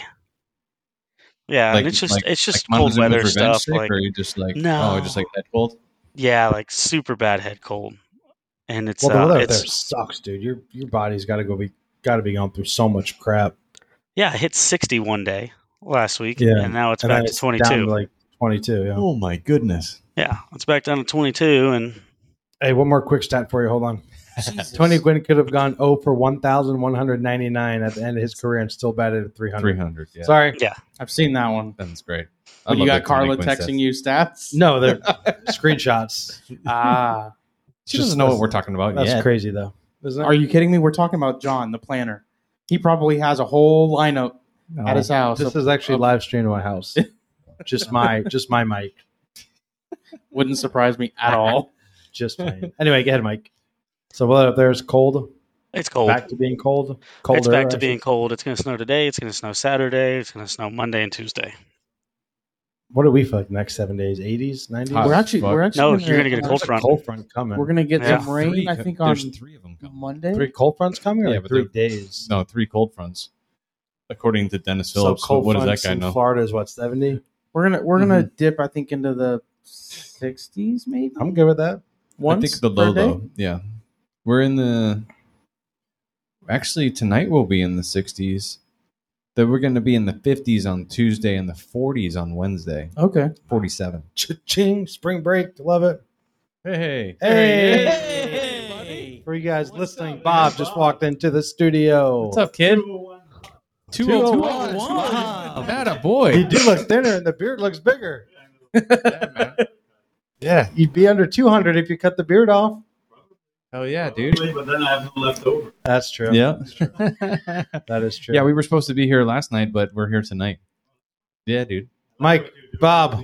Yeah, and
Like-
it's just
like-
it's just
Mom,
cold
is it with
weather
revenge
stuff.
sick,
like
or you just like
No.
oh, just like that cold.
yeah, like super bad head cold, and it's
Well, the
uh,
weather out
it's
there sucks, dude. Your your body's got to go be got to be going through so much crap,
yeah, I hit sixty one day last week,
Yeah,
and now it's
And
back
then
to
it's
twenty
down
two.
to like twenty two. Yeah.
Oh my goodness.
yeah, it's back down to twenty two, and
Hey, one more quick stat for you. Hold on.
Jesus.
Tony Gwynn could have gone 0 for 1,199 at the end of his career and still batted at 300.
Three hundred. Yeah,
Sorry.
I've seen that one.
that's great. I
When you
love
got
that Tony
Carla
Quinn
texting
says-
you stats.
No, (laughs) they're screenshots.
(laughs) Ah.
She
Just-
doesn't know what we're talking about.
That's
Yeah,
crazy, though. Isn't it?
Are you kidding me? We're talking about John, the planner. He probably has a whole lineup at his house
this
of
is actually
of-
live streamed to my (laughs) house. just my just my mic.
Wouldn't surprise me at all.
(laughs) Just mine. Anyway, go ahead, Mike. So weather up there is cold.
it's cold.
Back to being cold. Colder.
it's back to
I
being
should-
cold. It's going to snow today. It's going to snow Saturday. It's going to snow Monday and Tuesday.
What do we feel like the next seven days? 80s, 90s?
Hot
we're
as
actually
fuck.
we're actually
No, you're going to get a
There's
cold front.
cold front coming.
We're gonna get
Yeah.
some rain.
Three-
I think on
there's three of them. coming.
Monday.
three cold fronts coming or
Yeah,
like
but
three
they're-
days?
No, three cold fronts. According to Dennis Phillips,
so cold
what does
fronts
that guy
in
know?
Florida is what, 70?
We're gonna we're gonna
Mm-hmm.
dip. I think into the sixties maybe.
I'm good with that.
Once
I think the
per
low
day?
low. Yeah, we're in the. Actually, tonight we'll be in the 60s. Then we're going to be in the 50s on Tuesday and the 40s on Wednesday.
Okay.
47.
Ching, spring break, love it.
Hey,
Hey,
buddy.
for you guys listening,
up, man?
Bob just walked into the studio.
what's up, kid?
201.
That a
You
boy.
do look thinner, and the beard looks bigger. Yeah, you'd be under two hundred if you cut the beard off.
(laughs) Hell yeah, dude.
but then I have no left over.
That's true.
Yeah.
that is true.
yeah, we were supposed to be here last night, but we're here tonight. Yeah, dude.
Mike, Bob,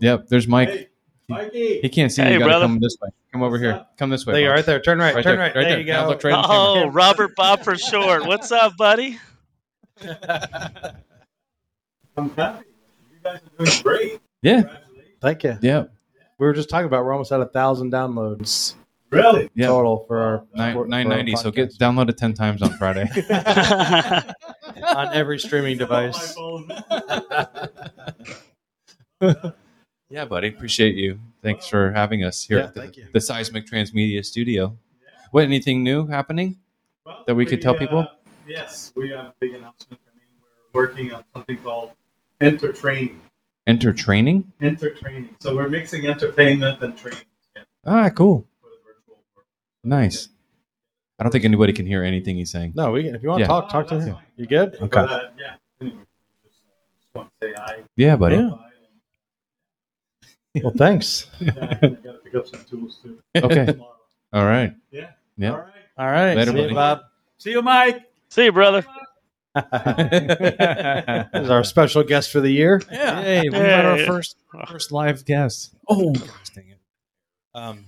Yep, there's Mike. He
Mikey,
can't see
Hey,
you. You gotta
brother.
come this way. Come over here. Come this way.
there you are,
Bob.
right there. Turn right, turn right. there, you
Now
go.
look right in the camera.
Oh, Robert Bob for short. What's up, buddy?
(laughs)
(laughs)
I'm happy. You guys are doing great.
Yeah.
Thank you.
Yeah.
We were just talking about we're almost at a thousand downloads
Really?
Yeah.
total for our
Nine
for- for our
nine ninety. So get
podcast.
download it ten times on Friday. (laughs)
on every streaming device.
Oh, my phone.
yeah, buddy. Appreciate you. Thanks for having us here
Yeah,
at the,
thank you.
the Seismic Transmedia Studio. What anything new happening?
Well,
That we could tell people?
uh, Yes, we have a big announcement coming. We're working on something called entertraining.
Enter training?
Entertraining. So we're mixing entertainment and training together
Ah, cool.
for the virtual world.
Nice. I don't think anybody can hear anything he's saying.
No, we, if you want
Yeah.
to talk, talk to
That's
him.
fine.
You good?
Okay.
But, uh, yeah. Anyway, just, uh, just want to say hi.
Yeah, buddy.
Yeah. Well, thanks.
Yeah, I gotta pick up some tools too.
(laughs) Okay.
Tomorrow.
All right.
Yeah.
Yeah.
All right.
All
(laughs)
right.
Later,
See you,
buddy.
Bob.
See you, Mike.
See you, brother.
(laughs)
This is our special guest for the year.
Yeah. Hey, we got our
Hey.
first first live guest. Oh, gosh, dang it.
Um,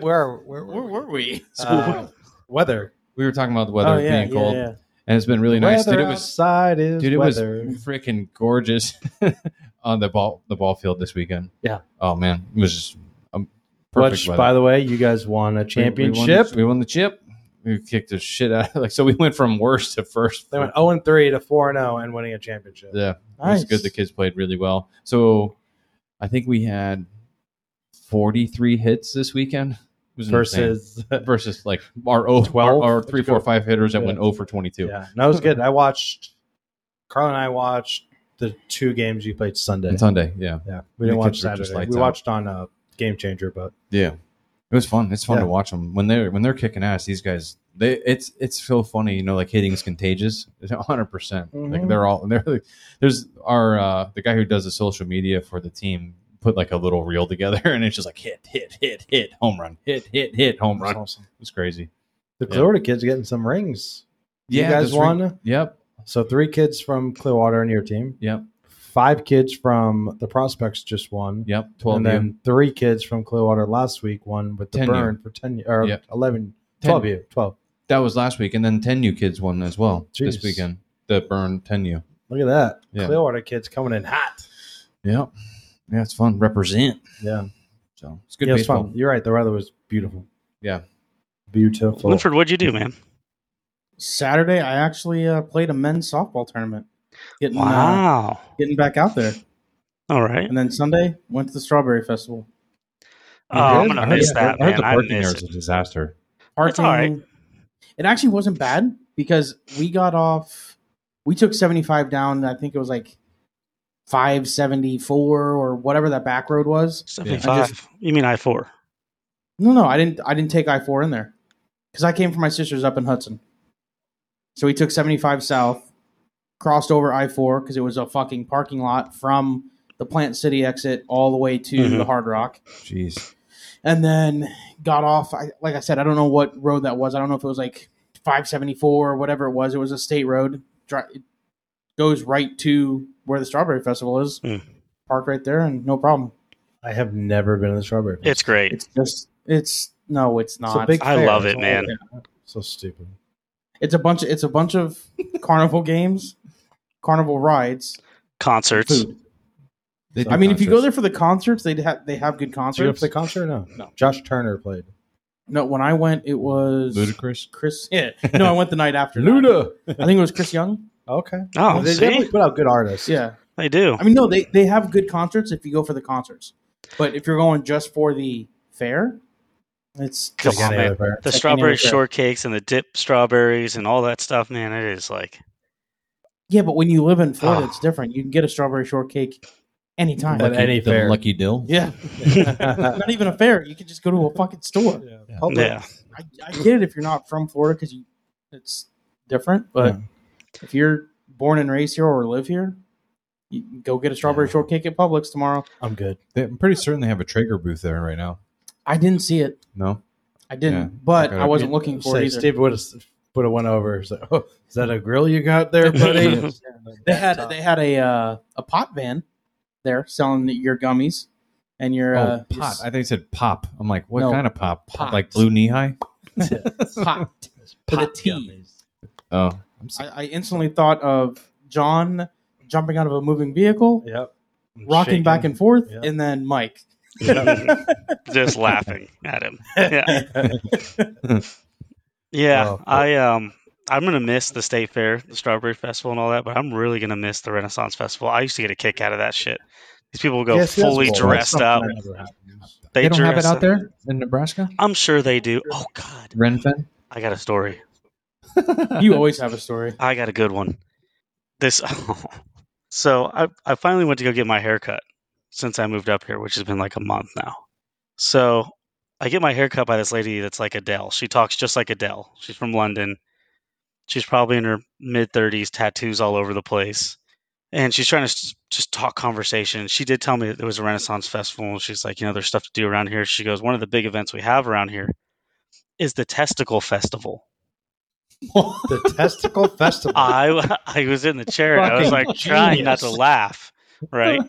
(laughs) where, where, were
Where
we?
were we?
Uh, weather. Oh,
We were talking about the weather being cold, and it's been really nice.
Weather
Dude, it was
outside is
dude, it
weather.
was freaking gorgeous (laughs) on the ball the ball field this weekend.
Yeah.
Oh man, it was just um, perfect
Which,
weather.
by the way, you guys won a
We-
championship.
We, won the, we won the chip. We kicked the shit out. Of, (laughs) like so, we went from worst to first.
they went 0 and 3 to 4 and 0 and winning a championship.
yeah,
Nice.
it was good. The kids played really well. So I think we had forty three hits this weekend. It was insane.
(laughs) versus
versus like our oh,
12?
our, our three, four, five hitters that
Yeah.
went 0 for 22.
Yeah, no, it was
(laughs)
good. I watched Carl and I watched the two games you played Sunday.
On Sunday, yeah,
yeah, we didn't
The
watch
kids were just
Saturday.
lights
We
out.
watched on uh, Game Changer, but
yeah, it was fun. It's fun
Yeah.
to watch them when they're when they're kicking ass. These guys, they it's it's so funny. You know, like hitting is contagious, 100. percent Like
Mhm.
they're all they're like, there's our uh, the guy who does the social media for the team put like a little reel together, (laughs) and it's just like hit, hit, hit, hit, home run, hit, hit, hit, home
it's
run. It
awesome.
was crazy.
The
Yeah.
Clearwater kids getting some rings. You
Yeah,
guys
those three-
won?
Yep,
So three kids from Clearwater on your team,
yep,
five kids from the Prospects just won,
yep. Twelve
and
of
then
you.
three kids from Clearwater last week won with the
10 you.
burn for ten or
Yep.
eleven.
10.
12 you, 12.
That was last week, and then ten new kids won as well
Jeez.
this weekend. The burn ten new.
Look at that.
Yeah.
Clearwater kids coming in hot.
Yeah, yeah, it's fun. Represent.
Yeah.
So it's good
yeah, it's
baseball.
fun. You're right. The weather was beautiful.
Yeah.
Beautiful.
Linford, what'd you do, man?
Saturday, I actually uh, played a men's softball tournament. Getting uh,
Wow.
getting back out there,
All right.
and then Sunday went to the Strawberry Festival.
Oh, I'm
Yeah,
gonna
I heard
miss
the-
that,
I heard
man.
the
I
parking
miss
there is
it.
a disaster.
That's all right.
Parking- It actually wasn't bad because we got off. We took seventy five down. I think it was like five seventy four or whatever that back road was. I
75. you mean I four?
No, no, I didn't. I didn't take I four in there because I came from my sister's up in Hudson. So we took seventy five south, crossed over I four because it was a fucking parking lot from the Plant City exit all the way to
Mhm.
the Hard Rock,
Jeez.
and then got off. I, like I said, I don't know what road that was. I don't know if it was like five seventy four or whatever it was. It was a state road. Dri it goes right to where the Strawberry Festival is.
Mm.
Park right there, and no problem.
I have never been to the strawberry. Festival.
It's great.
It's just it's no, it's
It's
not.
a big
I
fair.
love
It's
it,
all-
man.
So stupid.
It's a bunch. Of, it's a
(laughs)
bunch of carnival games, carnival rides,
Concerts.
food.
They do
I mean, if you go there
concerts.
for the concerts, they have they have good
Did you go
concerts.
to the concert or no?
No.
Josh Turner played.
no, when I went, it was
ludicrous.
Chris. (laughs) Yeah, no, I went the night after. that.
Luda.
I think it was Chris Young.
Okay.
Oh,
they
see,
definitely put out good artists.
Yeah,
they do.
I mean, no, they they have good concerts if you go for the concerts, but if you're going just for the fair, it's
Come
just
on, man. The
like any
strawberry
other fair.
shortcakes and the dip strawberries and all that stuff, man. It is like
yeah. But when you live in Florida,
Ah.
it's different. You can get a strawberry shortcake anytime.
At any
the
fair.
Lucky Dill.
yeah,
(laughs)
not even a fair. You can just go to a fucking store.
Oh,
Public.
Yeah.
I, I get it if you're not from Florida because you it's different, but
Yeah.
if you're born and raised here or live here, you can go get a strawberry
Yeah.
shortcake at Publix tomorrow.
I'm good.
They- I'm pretty certain they have a Traeger booth there right now.
I didn't see it.
No.
I didn't,
Yeah.
but
Okay.
I wasn't looking for it
Say,
either.
Steve would have would have went over. So, oh, is that a grill you got
(laughs)
there, buddy?
they had (laughs) they had a uh, a pot van there selling the- your gummies and your
oh,
uh,
pot. I think they said pop. I'm like, what
No.
kind of pop?
Pot.
Like blue knee high?
your pot.
Pot
the tea.
gummies.
Oh.
I, I instantly thought of John jumping out of a moving vehicle,
Yep.
rocking
Shaking.
back and forth,
Yeah.
and then Mike.
just laughing at him. Yeah.
(laughs)
Yeah,
Oh,
I um I'm gonna miss the state fair, the strawberry festival and all that, but I'm really gonna miss the Renaissance Festival. I used to get a kick out of that shit. These people go fully dressed up.
They, don't have
dress
it out
up.
there in Nebraska.
I'm sure they do. Oh God,
(laughs) Renfen.
I got a story.
You always have a story.
I got a good one. This. (laughs) so I I finally went to go get my hair cut since I moved up here, which has been like a month now. So I get my hair cut by this lady that's like Adele. She talks just like Adele. She's from London. She's probably in her mid 30s, tattoos all over the place. And she's trying to s- just talk conversation. She did tell me that there was a Renaissance festival. And she's like, you know, there's stuff to do around here. She goes, one of the big events we have around here is the Testicle Festival.
The
(laughs)
testicle festival.
Uh, I, (laughs) I was in the chair and I was like
Fucking
trying not to
genius.
laugh.
(laughs)
Right.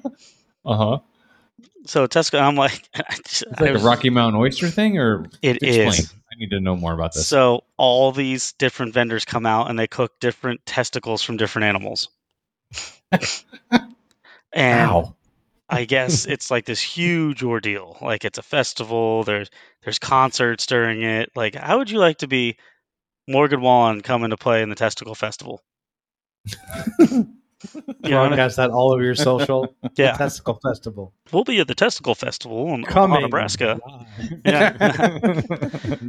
Uh huh.
So Tesco, I'm like, (laughs) I just-
It's
I
like a
was-
Rocky Mountain oyster thing, or
It
explain.
is.
I need to know more about this.
So all these different vendors come out and they cook different testicles from different
(laughs)
animals. and
Wow.
I guess it's like this huge ordeal. Like it's a festival. There's there's concerts during it. Like how would you like to be Morgan Wallen coming to play in the Testicle
(laughs)
Festival? you know,
broadcast that all over
(laughs)
your social.
Yeah.
testicle festival
we'll be at the Testicle Festival in
coming.
Omaha, Nebraska.
live.
Yeah.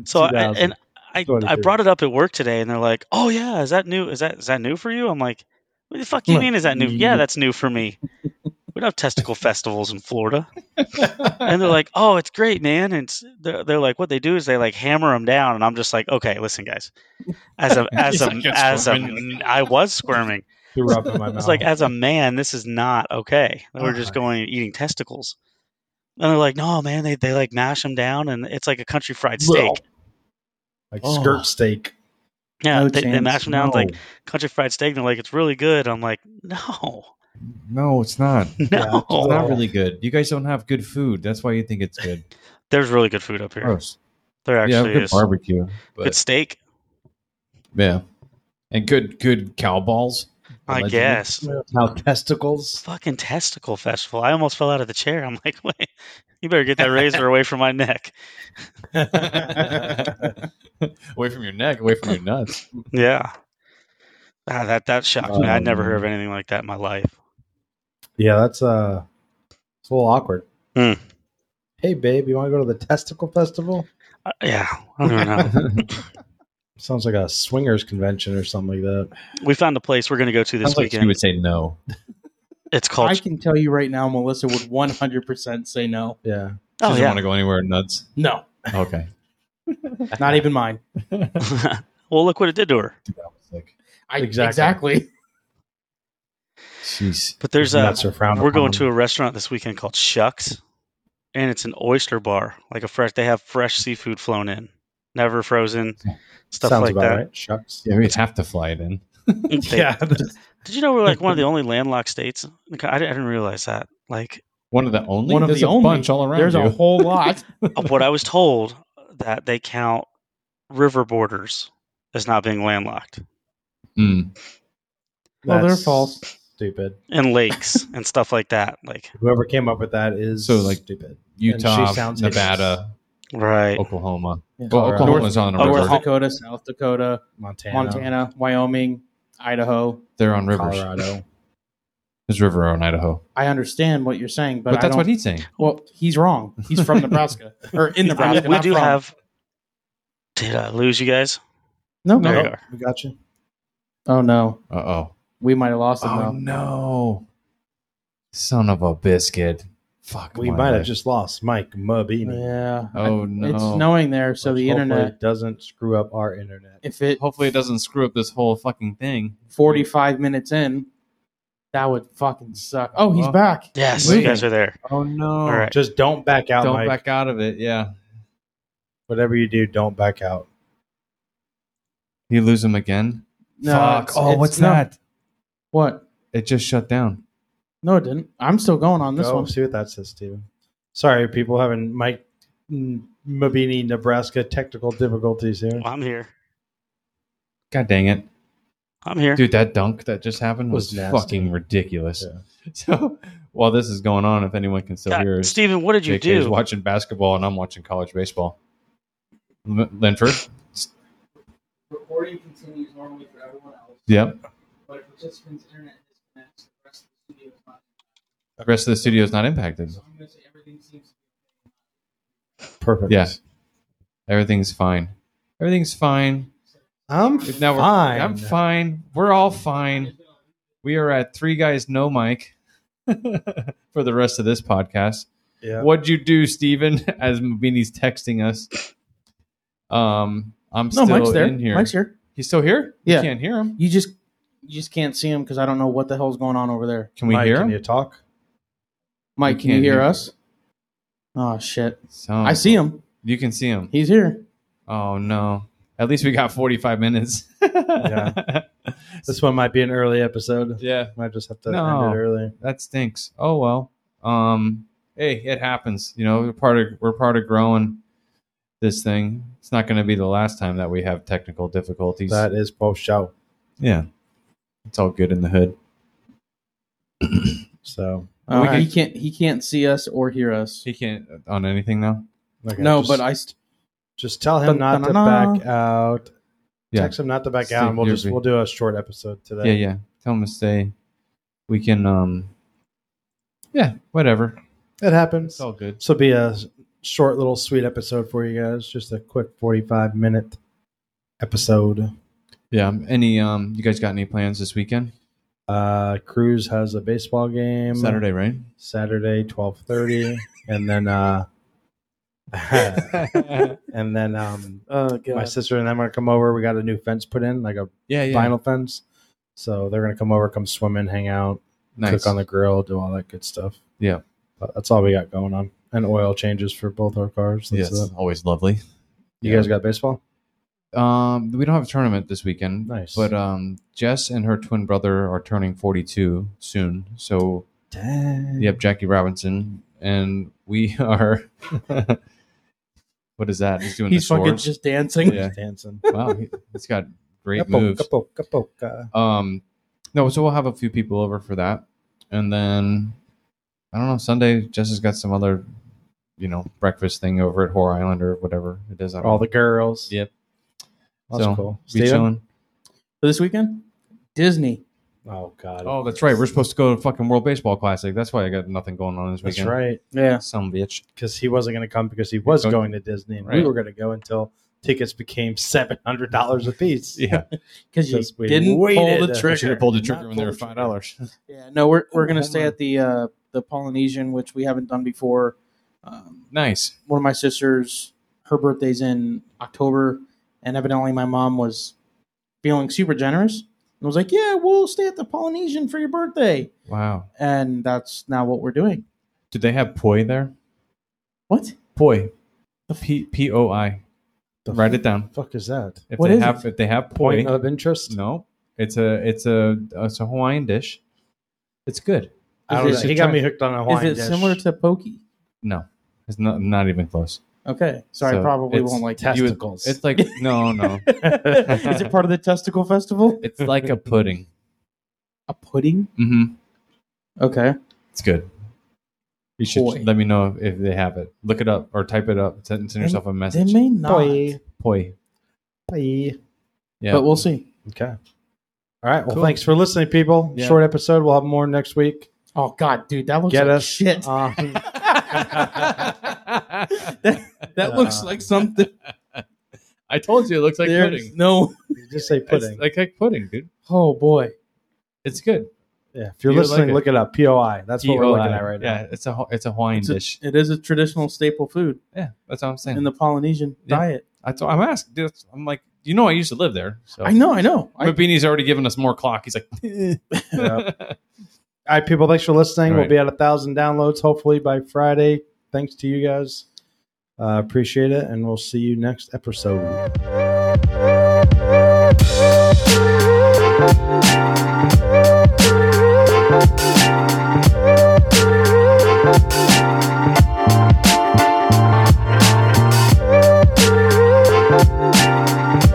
so I, and I, I
23.
brought it up at work today, and they're like, "Oh yeah, is that new? Is that is that new for you?" I'm like, "What the fuck do you
Look,
mean? Is that new?
you-
Yeah, that's new for me. We don't have testicle festivals in Florida." And they're like, "Oh, it's great, man." And it's, they're, they're like, "What they do is they like hammer them down," and I'm just like, "Okay, listen, guys." As a as
He's
a
like, "You're
as
squirming."
a I was squirming. (laughs)
Threw up in my mouth.
Oh.
It's like as a man, this is not okay. We're just going and eating testicles. And they're like, no, man, they, they like mash them down, and it's like a country fried steak.
like
Oh.
skirt steak.
Yeah,
No
they, they
chance.
mash them down it's
no.
like country fried steak. They're like, it's really good. I'm like, no, (laughs)
no, it's not. It's
no.
it's
not really good. You guys don't have good food. That's why you think it's good.
There's really good food up here.
Gross.
There
You have
actually
good
is
barbecue. But
good steak,
yeah, and good good cow balls. (laughs)
I
allegedly.
guess.
Now testicles.
Fucking testicle festival. I almost fell out of the chair. I'm like, (laughs) wait, you better get that razor away from my neck.
away from your neck, away from your nuts.
Yeah. Ah, that that shocked me. I'd never
Um,
heard of anything like that in my life.
Yeah, that's uh, it's a little awkward.
Hmm.
Hey, babe, you want to go to the testicle festival?
Uh, yeah, I don't know.
Sounds like a swingers convention or something like that.
we found a place we're going to go to this
Sounds like she
weekend.
would say no.
it's
I
called.
can tell you right now, Melissa would 100% say no.
Yeah,
She
oh
doesn't
yeah.
want to go anywhere nuts.
No,
Okay.
not even mine.
(laughs) well, look what it did to her.
Like,
I,
Exactly.
Jeez.
But there's a
nuts are frowned
We're going to
upon.
a restaurant this weekend called Shucks, and it's an oyster bar, like a fresh. They have fresh seafood flown in, never frozen, stuff
Sounds
like
about
that.
right. Shucks.
Yeah, we'd have to fly it in.
They- Did you know we're like one of the only landlocked states? Like, I, di- I didn't realize that. Like,
(laughs) One of the only.
One of
There's
the
a
only.
bunch all around
There's
you.
a whole lot.
of what I was told that they count river borders as not being landlocked,
Mm.
Well, they're
That's
false.
Stupid.
and lakes and stuff like that. Like,
Whoever came up with that is
So, like,
stupid.
Utah,
sounds
Nevada,
right?
Oklahoma.
Yeah.
Well,
North-
Oklahoma's on a river.
North Dakota, South Dakota,
Montana,
Montana, Wyoming, Idaho.
They're on rivers.
Colorado.
There's river on Idaho.
I understand what you're saying, but,
But,
I
that's
don't-
what he's saying.
Well, he's wrong.
(laughs)
He's from Nebraska or in
I
Nebraska.
mean, we
not
do
from.
have. Did I lose you guys?
no.
There
no.
you are.
We got you.
Oh no,
Uh oh.
we might have lost him.
Oh
though.
no. Son of a biscuit. Fuck.
We
my
might have
life.
just lost Mike Mabini.
Yeah.
Oh
I-
no.
It's snowing there, so the internet.
doesn't screw up our internet.
If it
Hopefully it doesn't screw up this whole fucking thing.
45 minutes in, that would fucking suck. Oh, he's
Well,
back.
Yes, you
Wait.
guys are there.
Oh no.
All right.
Just don't back out,
Don't
Mike.
back out of it. Yeah.
Whatever you do, don't back out.
You lose him again.
No,
Fuck.
it's-
oh,
it's
what's
not-
that?
What?
It just shut down.
No, it didn't. I'm still going on this
Go
one.
see what that says, Steven. Sorry, people having Mike mm, Mabini, Nebraska technical difficulties here.
Well, I'm here.
God dang it.
I'm here.
Dude, that dunk that just happened was,
Was nasty.
fucking ridiculous. (laughs) So while this is going on, if anyone can still
God,
hear us,
Steven, what did you
JK is
do?
watching basketball and I'm watching college baseball. L- Linford.
Recording continues normally for everyone else,
Yep.
but participants' internet disconnects, the rest of the studio is not.
The rest of the studio is not impacted.
Perfect.
Yeah. Everything's fine. Everything's fine.
I'm
Now we're,
fine.
I'm fine. We're all fine. We are at three guys, no mic (laughs) for the rest of this podcast.
Yeah.
What'd you do, Steven? (laughs) As Mabini's texting us. Um, I'm
No,
still
Mike's there.
in here.
Mike's here.
He's still here? We
Yeah.
can't hear him.
You just you just can't see him because I don't know what the hell's going on over there.
Can we
Mike,
hear
Can
him?
you talk?
Mike,
We
can you
can't
hear,
hear
us? Oh shit!
So,
I see him.
You can see him.
He's here.
Oh no. At least we got 45 minutes. (laughs)
Yeah. This one might be an early episode.
Yeah.
Might just have to
No.
end it early.
that stinks. Oh well. Um, hey, it happens. You know, we're part of we're part of growing this thing. It's not going to be the last time that we have technical difficulties.
That is post show.
yeah, it's all good in the hood.
So
Uh,
We can-
He can't. He can't see us or hear us.
He can't on anything though.
okay,
No,
just-
but I. St-
just tell him not to
Dun-dun-dun.
back out.
Yeah.
Text him not to back
Stay
out. And we'll
here,
just
B.
we'll do a short episode today.
Yeah, yeah. Tell him to stay. We can. um Yeah, whatever.
It happens.
It's all good.
This will be a short, little, sweet episode for you guys. Just a quick forty-five minute episode.
Yeah. Any? um You guys got any plans this weekend?
Uh, Cruz has a baseball game
Saturday, right?
Saturday, twelve
(laughs)
thirty, and then uh, (laughs)
yeah,
and then um,
oh god.
my sister and them are gonna come over. We got a new fence put in, like a
(laughs) yeah.
vinyl fence. So they're gonna come over, come swim in, hang out,
nice.
cook on the grill, do all that good stuff.
Yeah.
but that's all we got going on. And oil changes for both our cars. That's
yes,
it.
always lovely.
You
Yeah.
guys got baseball?
Um, we don't have a tournament this weekend.
Nice.
But um, Jess and her twin brother are turning 42 soon. So,
Dang.
yep, Jackie Robinson. And we (laughs) are. what is that? He's doing
He's
the
fucking
sword.
just dancing.
Yeah.
dancing.
Wow, he, has got great
Kapo-
moves.
kapo- kapoka.
Um, no, so we'll have a few people over for that, and then I don't know. Sunday, Jess has got some other, you know, breakfast thing over at Whore Island or whatever it is. I don't
All
know.
the girls.
Yep.
That's
So,
cool.
be
Steven?
chilling.
For this weekend, Disney.
Oh, God.
Oh, that's right. We're supposed to go to fucking World Baseball Classic. That's why I got nothing going on this
That's
weekend.
right.
Yeah.
Some bitch.
Because he wasn't going to come because he was
Going-
going to Disney. And We
Right.
were going to go until tickets became $700 a piece.
Yeah,
Because you
Because we
didn't
waited.
pull
I
the
I should
trigger.
have pulled the
Not
trigger when they were
pulled the
five dollars.
Yeah. No, we're we're gonna
Homer.
stay at the uh, the Polynesian, which we haven't done before. Um,
nice.
one of my sisters, her birthday's in October, and evidently my mom was feeling super generous and was like, "Yeah, we'll stay at the Polynesian for your birthday,"
Wow.
and that's now what we're doing.
Did they have poi there?
What?
Poi. P P O I.
The
Write it down.
fuck is that?
If
What
they
is
have if they have poi,
Point of interest?
no, it's a it's a it's a Hawaiian dish. It's good.
I don't
Is
know.
it-
He got me hooked on a
Is
Hawaiian
it
dish.
similar to pokey?
No, it's not not even close.
Okay, so, I
So
probably
it's
won't like that.
You would-
testicles? (laughs)
It's like no no.
(laughs) Is it part of the testicle festival?
It's like a pudding.
A pudding?
Mm-hmm.
Okay.
It's good. You should
Poi.
let me know if they have it. Look it up or type it up. Send, send yourself a
They
message.
may not,
Poi.
poi.
Bye.
Yeah. (laughs)
but we'll see.
Okay. All right. Well,
Cool.
thanks for listening, people.
Yeah.
Short episode. We'll have more next week.
Oh God, dude, that looks
Get
like
us.
shit.
(laughs)
Um,
that looks
Uh,
like something.
I told you it looks like
There's
pudding.
no.
just say pudding.
It's like, like pudding, dude.
Oh boy.
It's good.
yeah. If you're
you like
listening,
it.
look it up. POI. That's what we're looking
P O I.
at right now.
Yeah, it's a Ho- it's a Hawaiian
It's a-
dish.
It is a traditional staple food
yeah, that's what I'm saying.
in the Polynesian
Yeah.
diet.
that's what I'm asking. Dude, that's- I'm like, you know, I used to live there. So.
I know, I know. I,
But Beanie's already given us more clock.
(laughs)
He's like, (laughs)
Yep. All right, people. Thanks for listening.
All
We'll
right.
be at a thousand downloads hopefully by Friday. Thanks to you guys. Uh, appreciate it, and we'll see you next episode.
Thank you.